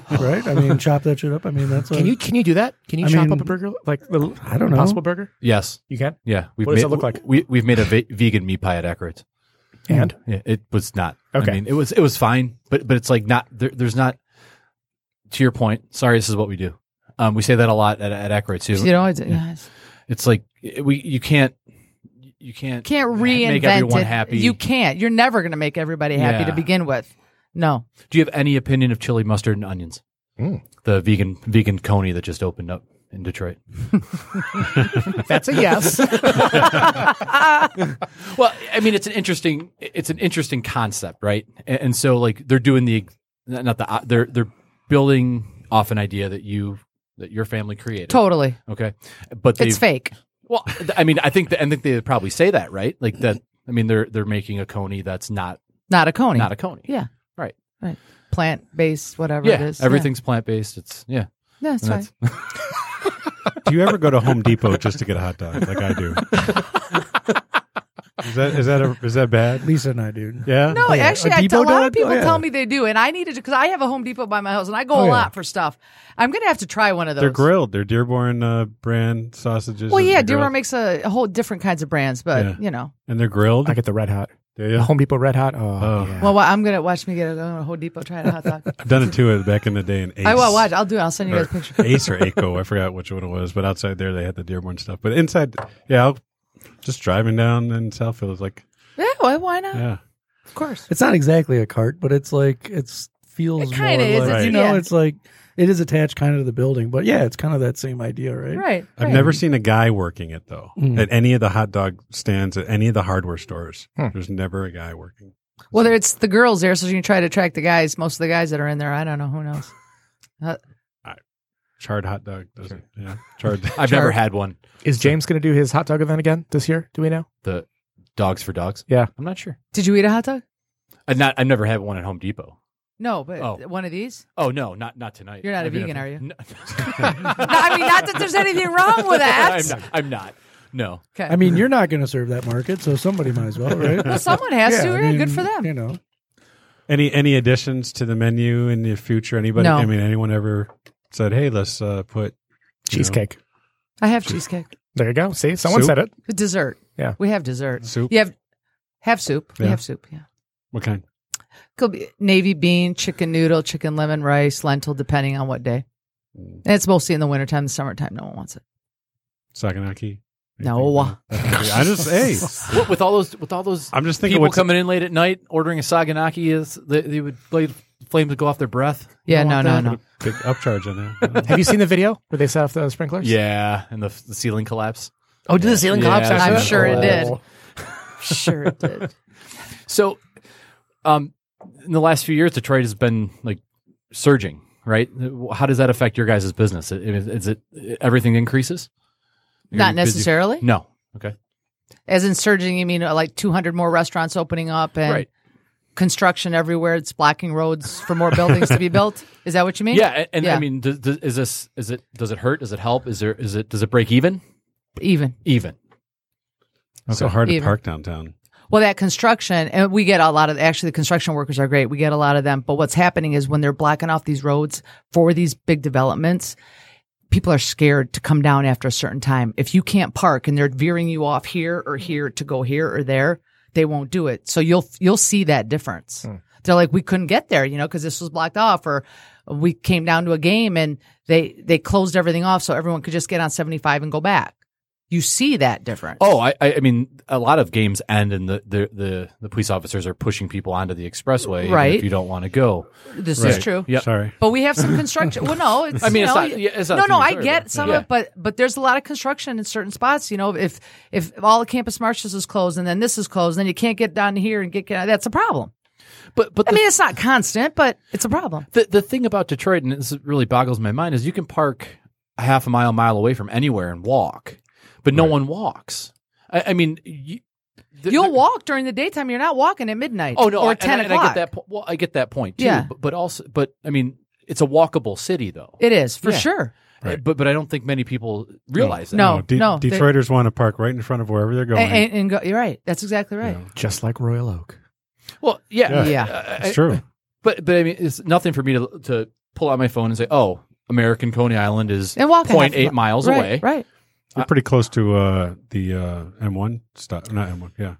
Speaker 4: Right? I mean, chop that shit up. I mean, that's
Speaker 5: Can you can you do that? Can you
Speaker 4: I
Speaker 5: chop
Speaker 4: mean-
Speaker 5: up a burger like little
Speaker 4: I don't know.
Speaker 5: Impossible Burger?
Speaker 2: Yes.
Speaker 5: You can.
Speaker 2: Yeah. We've
Speaker 5: What
Speaker 2: made,
Speaker 5: does it look like?
Speaker 2: We we've made a ve- vegan meat pie at Accurate.
Speaker 5: And
Speaker 2: Yeah, it was not.
Speaker 5: Okay.
Speaker 2: I mean, it was it was fine, but but it's like not there, there's not. To your point, sorry, this is what we do. Um, we say that a lot at, at Accurate too.
Speaker 6: You know, it's, yeah, it's-
Speaker 2: It's like it- we you can't you can't
Speaker 6: can't reinvent
Speaker 2: make everyone
Speaker 6: it.
Speaker 2: happy.
Speaker 6: You can't. You're never going to make everybody happy
Speaker 2: Yeah.
Speaker 6: to begin with. No.
Speaker 2: Do you have any opinion of chili mustard and onions? The vegan vegan coney that just opened up in Detroit.
Speaker 5: that's a yes.
Speaker 2: Well, I mean, it's an interesting it's an interesting concept, right? And, and so like they're doing the not the uh, they're they're building off an idea that you that your family created.
Speaker 6: Totally.
Speaker 2: Okay, but
Speaker 6: It's
Speaker 2: they've-
Speaker 6: fake.
Speaker 2: Well, th- I mean, I think that, I think they probably say that, right? Like that. I mean, they're they're making a coney that's not
Speaker 6: Not a coney.
Speaker 2: not a coney.
Speaker 6: yeah.
Speaker 2: Right.
Speaker 6: Right. Plant based, whatever it
Speaker 2: Yeah,
Speaker 6: is.
Speaker 2: everything's plant based. It's yeah.
Speaker 6: Yeah, that's
Speaker 2: and
Speaker 6: fine.
Speaker 3: Do you ever go to Home Depot just to get a hot dog, like I do? is that is that a, is that bad?
Speaker 4: Lisa and I, dude.
Speaker 3: Oh, Yeah.
Speaker 6: No, actually,
Speaker 4: A
Speaker 6: I tell,
Speaker 4: Depot
Speaker 6: a lot of
Speaker 4: dog? Oh,
Speaker 6: people
Speaker 4: yeah.
Speaker 6: tell me they do, and I need to because I have a Home Depot by my house, and I go a lot for stuff. I'm gonna have to try one of those.
Speaker 3: They're grilled. They're Dearborn uh, brand sausages.
Speaker 6: Well,
Speaker 3: and
Speaker 6: yeah,
Speaker 3: they're grilled.
Speaker 6: Dearborn makes a, a whole different kinds of brands, but
Speaker 3: Yeah.
Speaker 6: you know,
Speaker 3: and they're grilled.
Speaker 5: I get the red hot.
Speaker 3: Yeah,
Speaker 5: The
Speaker 3: yeah.
Speaker 5: Home Depot red hot. Oh,
Speaker 3: Oh.
Speaker 5: yeah.
Speaker 6: well, well, I'm gonna watch me get a, a Home Depot try a hot dog.
Speaker 3: I've done it too uh, back in the day. In Ace.
Speaker 6: I will watch. I'll do it. I'll send you guys a picture.
Speaker 3: Ace or Aco. I forgot which one it was, but outside there they had the Dearborn stuff. But inside, yeah, I'll, just driving down in Southfield is like,
Speaker 6: Yeah, why, why not?
Speaker 3: yeah,
Speaker 6: Of course.
Speaker 4: It's not exactly a cart, but it's like, it's feels
Speaker 6: It kinda
Speaker 4: more
Speaker 6: is.
Speaker 4: like,
Speaker 3: It's-
Speaker 4: you know,
Speaker 6: yeah.
Speaker 4: it's like, it is attached kind of to the building, but yeah, it's kind of that same idea, right?
Speaker 6: Right.
Speaker 3: I've
Speaker 6: right.
Speaker 3: never seen a guy working it though
Speaker 4: Mm.
Speaker 3: at any of the hot dog stands at any of the hardware stores.
Speaker 5: Hmm.
Speaker 3: There's never a guy working.
Speaker 6: Well, there- it's the girls there, so you can try to attract the guys. Most of the guys that are in there, I don't know who knows.
Speaker 3: Charred hot dog doesn't. Yeah, charred.
Speaker 2: I've never
Speaker 6: Charred.
Speaker 2: had one.
Speaker 5: Is James going to do his hot dog event again this year? Do we know?
Speaker 2: The dogs for dogs.
Speaker 5: Yeah.
Speaker 2: I'm not sure.
Speaker 6: Did you eat a hot dog?
Speaker 2: I not I've never had one at Home Depot.
Speaker 6: No, but
Speaker 2: Oh.
Speaker 6: one of these.
Speaker 2: Oh no, not not tonight.
Speaker 6: You're not a
Speaker 2: a
Speaker 6: vegan, are you?
Speaker 2: No,
Speaker 6: I mean, not that there's anything wrong with that.
Speaker 2: I'm not. I'm not. No.
Speaker 6: Okay.
Speaker 4: I mean, you're not going to serve that market, so somebody might as well, right?
Speaker 6: well, someone has to.
Speaker 4: I
Speaker 6: Yeah,
Speaker 4: mean,
Speaker 6: good for them.
Speaker 4: You know,
Speaker 3: Any any additions to the menu in the future? Anybody?
Speaker 6: No.
Speaker 3: I mean, anyone ever said, "Hey, let's uh, put you know,
Speaker 5: Cheesecake.
Speaker 6: I have cheesecake.
Speaker 5: There you go. See, someone
Speaker 3: Soup?
Speaker 5: said it.
Speaker 6: Dessert.
Speaker 5: Yeah.
Speaker 6: We have dessert.
Speaker 3: soup"?
Speaker 6: You have have soup. We
Speaker 3: Yeah.
Speaker 6: have soup. Yeah.
Speaker 3: What kind?
Speaker 6: Could be navy bean, chicken noodle, chicken lemon rice, lentil, depending on what day. And it's mostly in the wintertime, the summertime. No one wants it.
Speaker 3: Saganaki?
Speaker 6: No.
Speaker 3: I just hey,
Speaker 2: What, with all those, with all those
Speaker 3: I'm just thinking
Speaker 2: people
Speaker 3: what's
Speaker 2: coming in late at night ordering a saganaki, is they, they would blade flames would go off their breath. You
Speaker 6: Yeah,
Speaker 2: don't
Speaker 6: no,
Speaker 2: want
Speaker 6: no,
Speaker 2: that?
Speaker 6: no.
Speaker 3: big upcharge on there.
Speaker 5: Have you seen the video where they set off the sprinklers?
Speaker 2: Yeah, and the, the ceiling collapse.
Speaker 5: Oh, did the ceiling
Speaker 2: Yeah,
Speaker 5: collapse? after
Speaker 6: I'm
Speaker 5: that?
Speaker 6: sure it did.
Speaker 5: Oh.
Speaker 6: Sure it did.
Speaker 2: So, um, in the last few years, Detroit has been like surging, right? How does that affect your guys' business? I- Is, is it everything increases? You're
Speaker 6: Not
Speaker 2: busy-
Speaker 6: necessarily.
Speaker 2: No. Okay.
Speaker 6: As in surging, you mean uh, like 200 more restaurants opening up and
Speaker 2: Right.
Speaker 6: construction everywhere. It's blocking roads for more buildings to be built. Is that what you mean?
Speaker 2: Yeah, and, and I
Speaker 6: Yeah.
Speaker 2: mean, does, does, is this is it? Does it hurt? Does it help? Is there? Is it? Does it break even?
Speaker 6: Even.
Speaker 2: Even.
Speaker 3: So hard to
Speaker 6: Even.
Speaker 3: park downtown.
Speaker 6: Well, that construction, and we get a lot of actually the construction workers are great. We get a lot of them. But what's happening is when they're blocking off these roads for these big developments, people are scared to come down after a certain time. If you can't park and they're veering you off here or here to go here or there, they won't do it. So you'll you'll see that difference. They're like, we couldn't get there, you know, because this was blocked off, or we came down to a game and they they closed everything off so everyone could just get on seventy five and go back. You see that difference.
Speaker 2: Oh, I, I I mean, a lot of games end, and the, the the the police officers are pushing people onto the expressway. even
Speaker 6: Right.
Speaker 2: If you don't want to go.
Speaker 6: this
Speaker 2: Right.
Speaker 6: is true.
Speaker 2: Yep.
Speaker 3: Sorry.
Speaker 6: But we have some construction. well, no, it's.
Speaker 2: I mean,
Speaker 6: you
Speaker 2: it's
Speaker 6: know,
Speaker 2: not- yeah, it's not
Speaker 6: no, no, I
Speaker 2: mandatory,
Speaker 6: get
Speaker 2: but-
Speaker 6: some
Speaker 2: yeah.
Speaker 6: of it, but but there's a lot of construction in certain spots. You know, if if all the campus marshes is closed and then this is closed, then you can't get down here and get. That's a problem.
Speaker 2: But but
Speaker 6: I
Speaker 2: the,
Speaker 6: mean, it's not constant, but it's a problem.
Speaker 2: the the thing about Detroit, and this really boggles my mind, is you can park a half a mile, mile away from anywhere and walk, but no one walks. I, I mean, you, the-
Speaker 6: You'll
Speaker 2: the-
Speaker 6: walk during the daytime. You're not walking at midnight.
Speaker 2: Oh no,
Speaker 6: or
Speaker 2: and I-
Speaker 6: ten
Speaker 2: and
Speaker 6: o'clock.
Speaker 2: I get that. Po- well, I get that point too.
Speaker 6: Yeah.
Speaker 2: But, but also, but I mean, it's a walkable city though.
Speaker 6: It is for
Speaker 2: Yeah.
Speaker 6: sure.
Speaker 2: But but I don't think many people realize that.
Speaker 6: No,
Speaker 3: De-
Speaker 6: no, they-
Speaker 3: Detroiters want to park right in front of wherever they're
Speaker 6: A-
Speaker 3: going.
Speaker 6: And, and go, you're right. That's exactly right.
Speaker 5: Just like Royal Oak.
Speaker 2: Well, yeah,
Speaker 6: Yeah. Yeah.
Speaker 2: Uh, I-
Speaker 3: it's true.
Speaker 2: But but I mean, it's nothing for me to to pull out my phone and say, "Oh, American Coney Island is
Speaker 6: And walk a half
Speaker 2: 0.8
Speaker 6: a mi-
Speaker 2: miles
Speaker 6: right,
Speaker 2: away."
Speaker 6: Right.
Speaker 3: We're pretty close to uh, the uh, M1 stop. Not M1. Yeah,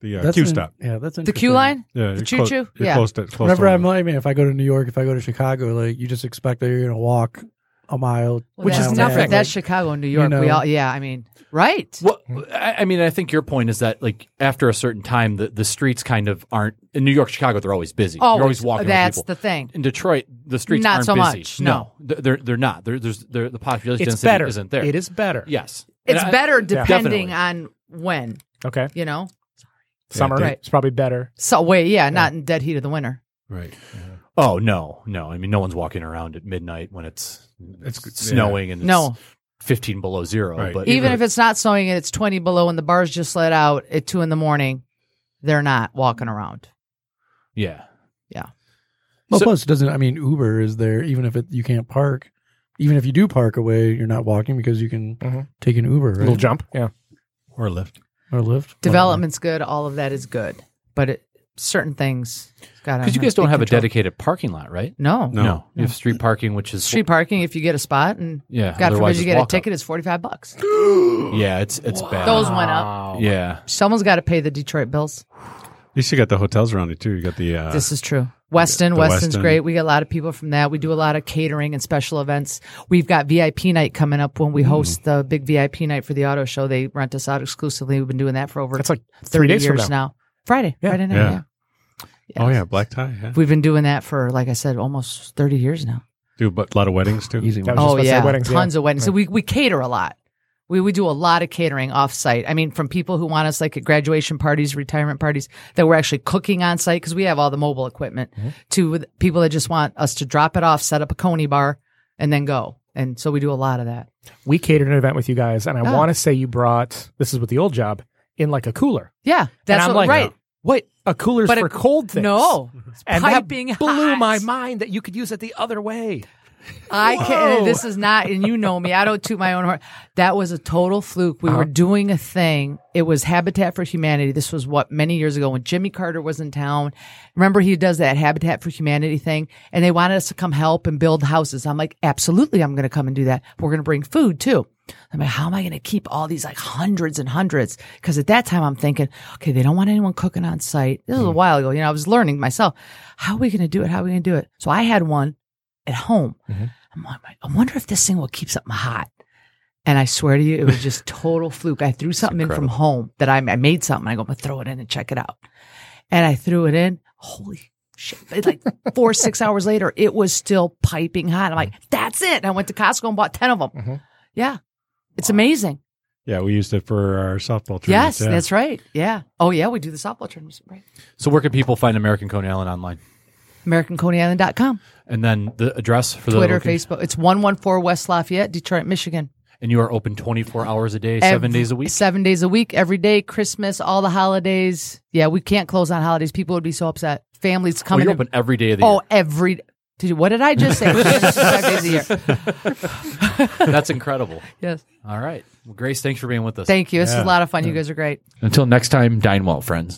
Speaker 3: the uh,
Speaker 4: that's
Speaker 3: Q
Speaker 4: an-
Speaker 3: stop.
Speaker 4: Yeah, that's
Speaker 6: The queue
Speaker 4: interesting.
Speaker 6: line.
Speaker 3: Yeah,
Speaker 6: The
Speaker 3: you're clo-
Speaker 6: choo-choo?
Speaker 3: You're
Speaker 6: Yeah.
Speaker 3: close to. Close
Speaker 4: Whenever
Speaker 3: to
Speaker 4: I'm
Speaker 3: one.
Speaker 4: like, I mean, if I go to New York, if I go to Chicago, like you just expect that you're going to walk a mile,
Speaker 6: Which
Speaker 4: mile
Speaker 6: is
Speaker 4: and a half.
Speaker 6: nothing.
Speaker 4: Like,
Speaker 6: That's Chicago and New York. We
Speaker 4: know.
Speaker 6: all. Yeah. I mean, right.
Speaker 2: Well, I I mean, I think your point is that like after a certain time, the, the streets kind of aren't in New York, Chicago. They're always busy. You're always walking.
Speaker 6: Oh, That's
Speaker 2: with
Speaker 6: the
Speaker 2: people.
Speaker 6: thing.
Speaker 2: in Detroit, the streets
Speaker 6: Not
Speaker 2: aren't
Speaker 6: so
Speaker 2: busy.
Speaker 6: much,
Speaker 2: Th- they're they're not. They're, there's they're, the population
Speaker 5: It's
Speaker 2: density
Speaker 5: better.
Speaker 2: isn't there.
Speaker 5: It is better.
Speaker 2: Yes,
Speaker 6: It's
Speaker 2: And I-
Speaker 6: better depending
Speaker 2: Definitely.
Speaker 6: on when,
Speaker 5: Okay.
Speaker 6: you know?
Speaker 5: Summer.
Speaker 6: Right.
Speaker 5: It's probably better.
Speaker 6: So, wait, yeah, not in dead heat of the winter.
Speaker 3: Right.
Speaker 2: Oh no, no. I mean, no one's walking around at midnight when it's
Speaker 3: It's-
Speaker 2: it's snowing and it's
Speaker 6: No.
Speaker 2: 15 below zero.
Speaker 3: Right.
Speaker 2: But
Speaker 6: Even if it's not snowing and it's 20 below and the bars just let out at 2 in the morning, they're not walking around.
Speaker 2: yeah,
Speaker 4: well,
Speaker 2: So-
Speaker 4: plus it doesn't. I mean, Uber is there even if it, you can't park. Even if you do park away, you're not walking because you can
Speaker 5: Mhm.
Speaker 4: take an Uber right?
Speaker 5: Little jump. Yeah.
Speaker 3: Or lift.
Speaker 4: or Lyft.
Speaker 6: Development's good. All of that is good. But it, certain things got
Speaker 2: because you guys don't have a dedicated parking lot, right?
Speaker 6: No.
Speaker 3: No.
Speaker 2: you have street parking, which is
Speaker 6: Street parking, if you get a spot and
Speaker 2: Yeah,
Speaker 6: God
Speaker 2: otherwise
Speaker 6: forbid you
Speaker 2: it's
Speaker 6: get a
Speaker 2: walk-up.
Speaker 6: ticket, it's 45 bucks.
Speaker 2: Yeah, it's it's bad.
Speaker 6: Those went up.
Speaker 2: yeah,
Speaker 6: Someone's got to pay the Detroit bills.
Speaker 3: At least you got the hotels around you too. You got the uh,
Speaker 6: This is true. Weston,
Speaker 3: the
Speaker 6: Weston's
Speaker 3: Westin.
Speaker 6: great. We get a lot of people from that. We do a lot of catering and special events. We've got VIP night coming up when we
Speaker 5: Mm.
Speaker 6: host the big VIP night for the auto show. They rent us out exclusively. We've been doing that for over
Speaker 5: That's like three
Speaker 6: 30
Speaker 5: days from
Speaker 6: years
Speaker 5: now.
Speaker 6: now. Friday,
Speaker 5: Yeah.
Speaker 6: Friday night.
Speaker 3: Yeah.
Speaker 6: Yeah.
Speaker 3: oh yeah, black tie. Yeah.
Speaker 6: We've been doing that for, like I said, almost 30 years now.
Speaker 3: Do a bu- lot of weddings too.
Speaker 4: Easy
Speaker 5: That
Speaker 4: one.
Speaker 5: was just
Speaker 6: Oh,
Speaker 5: about to say
Speaker 6: yeah.
Speaker 5: weddings, yeah.
Speaker 6: Tons of weddings. So we, we cater a lot. We, we do a lot of catering off site. I mean, from people who want us like at graduation parties, retirement parties, that we're actually cooking on site because we have all the mobile equipment,
Speaker 5: Mm-hmm.
Speaker 6: to with people that just want us to drop it off, set up a Coney bar, and then go. And so we do a lot of that.
Speaker 5: We catered an event with you guys, and I
Speaker 6: Ah.
Speaker 5: want to say you brought this is with the old job in like a cooler.
Speaker 6: Yeah,
Speaker 5: And
Speaker 6: that's
Speaker 5: I'm
Speaker 6: what,
Speaker 5: like,
Speaker 6: right.
Speaker 5: Wait, a cooler's
Speaker 6: But
Speaker 5: for
Speaker 6: it-
Speaker 5: cold things.
Speaker 6: No,
Speaker 5: and
Speaker 6: piping
Speaker 5: that blew
Speaker 6: hot.
Speaker 5: my mind that you could use it the other way.
Speaker 6: I can. This is not, and you know me. I don't toot my own horn. That was a total fluke. We were doing a thing. It was Habitat for Humanity. This was what many years ago when Jimmy Carter was in town. Remember, he does that Habitat for Humanity thing, and they wanted us to come help and build houses. I'm like, absolutely, I'm going to come and do that. We're going to bring food too. I'm like, how am I going to keep all these like hundreds and hundreds? Because at that time, I'm thinking, okay, they don't want anyone cooking on site. This was a while ago. You know, I was learning myself. How are we going to do it? How are we going to do it? So I had one at home. I'm like, I wonder if this thing will keep something hot. And I swear to you, it was just total fluke. I threw something in from home that I, I made something. I go, I'm gonna throw it in and check it out. And I threw it in. Holy shit! It's Like four, six hours later, it was still piping hot. I'm like, that's it. And I went to Costco and bought ten of them. Yeah, it's amazing.
Speaker 3: Yeah, we used it for our softball tournaments.
Speaker 6: Yes,
Speaker 3: yeah.
Speaker 6: that's right. Yeah. Oh yeah, we do the softball tournaments. Right.
Speaker 2: So where can people find American Coney Island online?
Speaker 6: AmericanConeyIsland.com,
Speaker 2: And then the address for the
Speaker 6: Twitter,
Speaker 2: location?
Speaker 6: Facebook. It's one one four West Lafayette, Detroit, Michigan.
Speaker 2: And you are open 24 hours a day, seven
Speaker 6: Every-
Speaker 2: days a week.
Speaker 6: Seven days a week, every day, Christmas, all the holidays. Yeah, we can't close on holidays. People would be so upset. Families
Speaker 2: Oh,
Speaker 6: coming
Speaker 2: you're
Speaker 6: in.
Speaker 2: open every day of the
Speaker 6: Oh, every. Did you, what did I just say? Five days a year.
Speaker 2: year. That's incredible.
Speaker 6: Yes.
Speaker 2: All right. Well, Grace, thanks for being with us.
Speaker 6: Thank you. This is a lot of fun. You guys are great.
Speaker 2: Until next time, dine well, friends.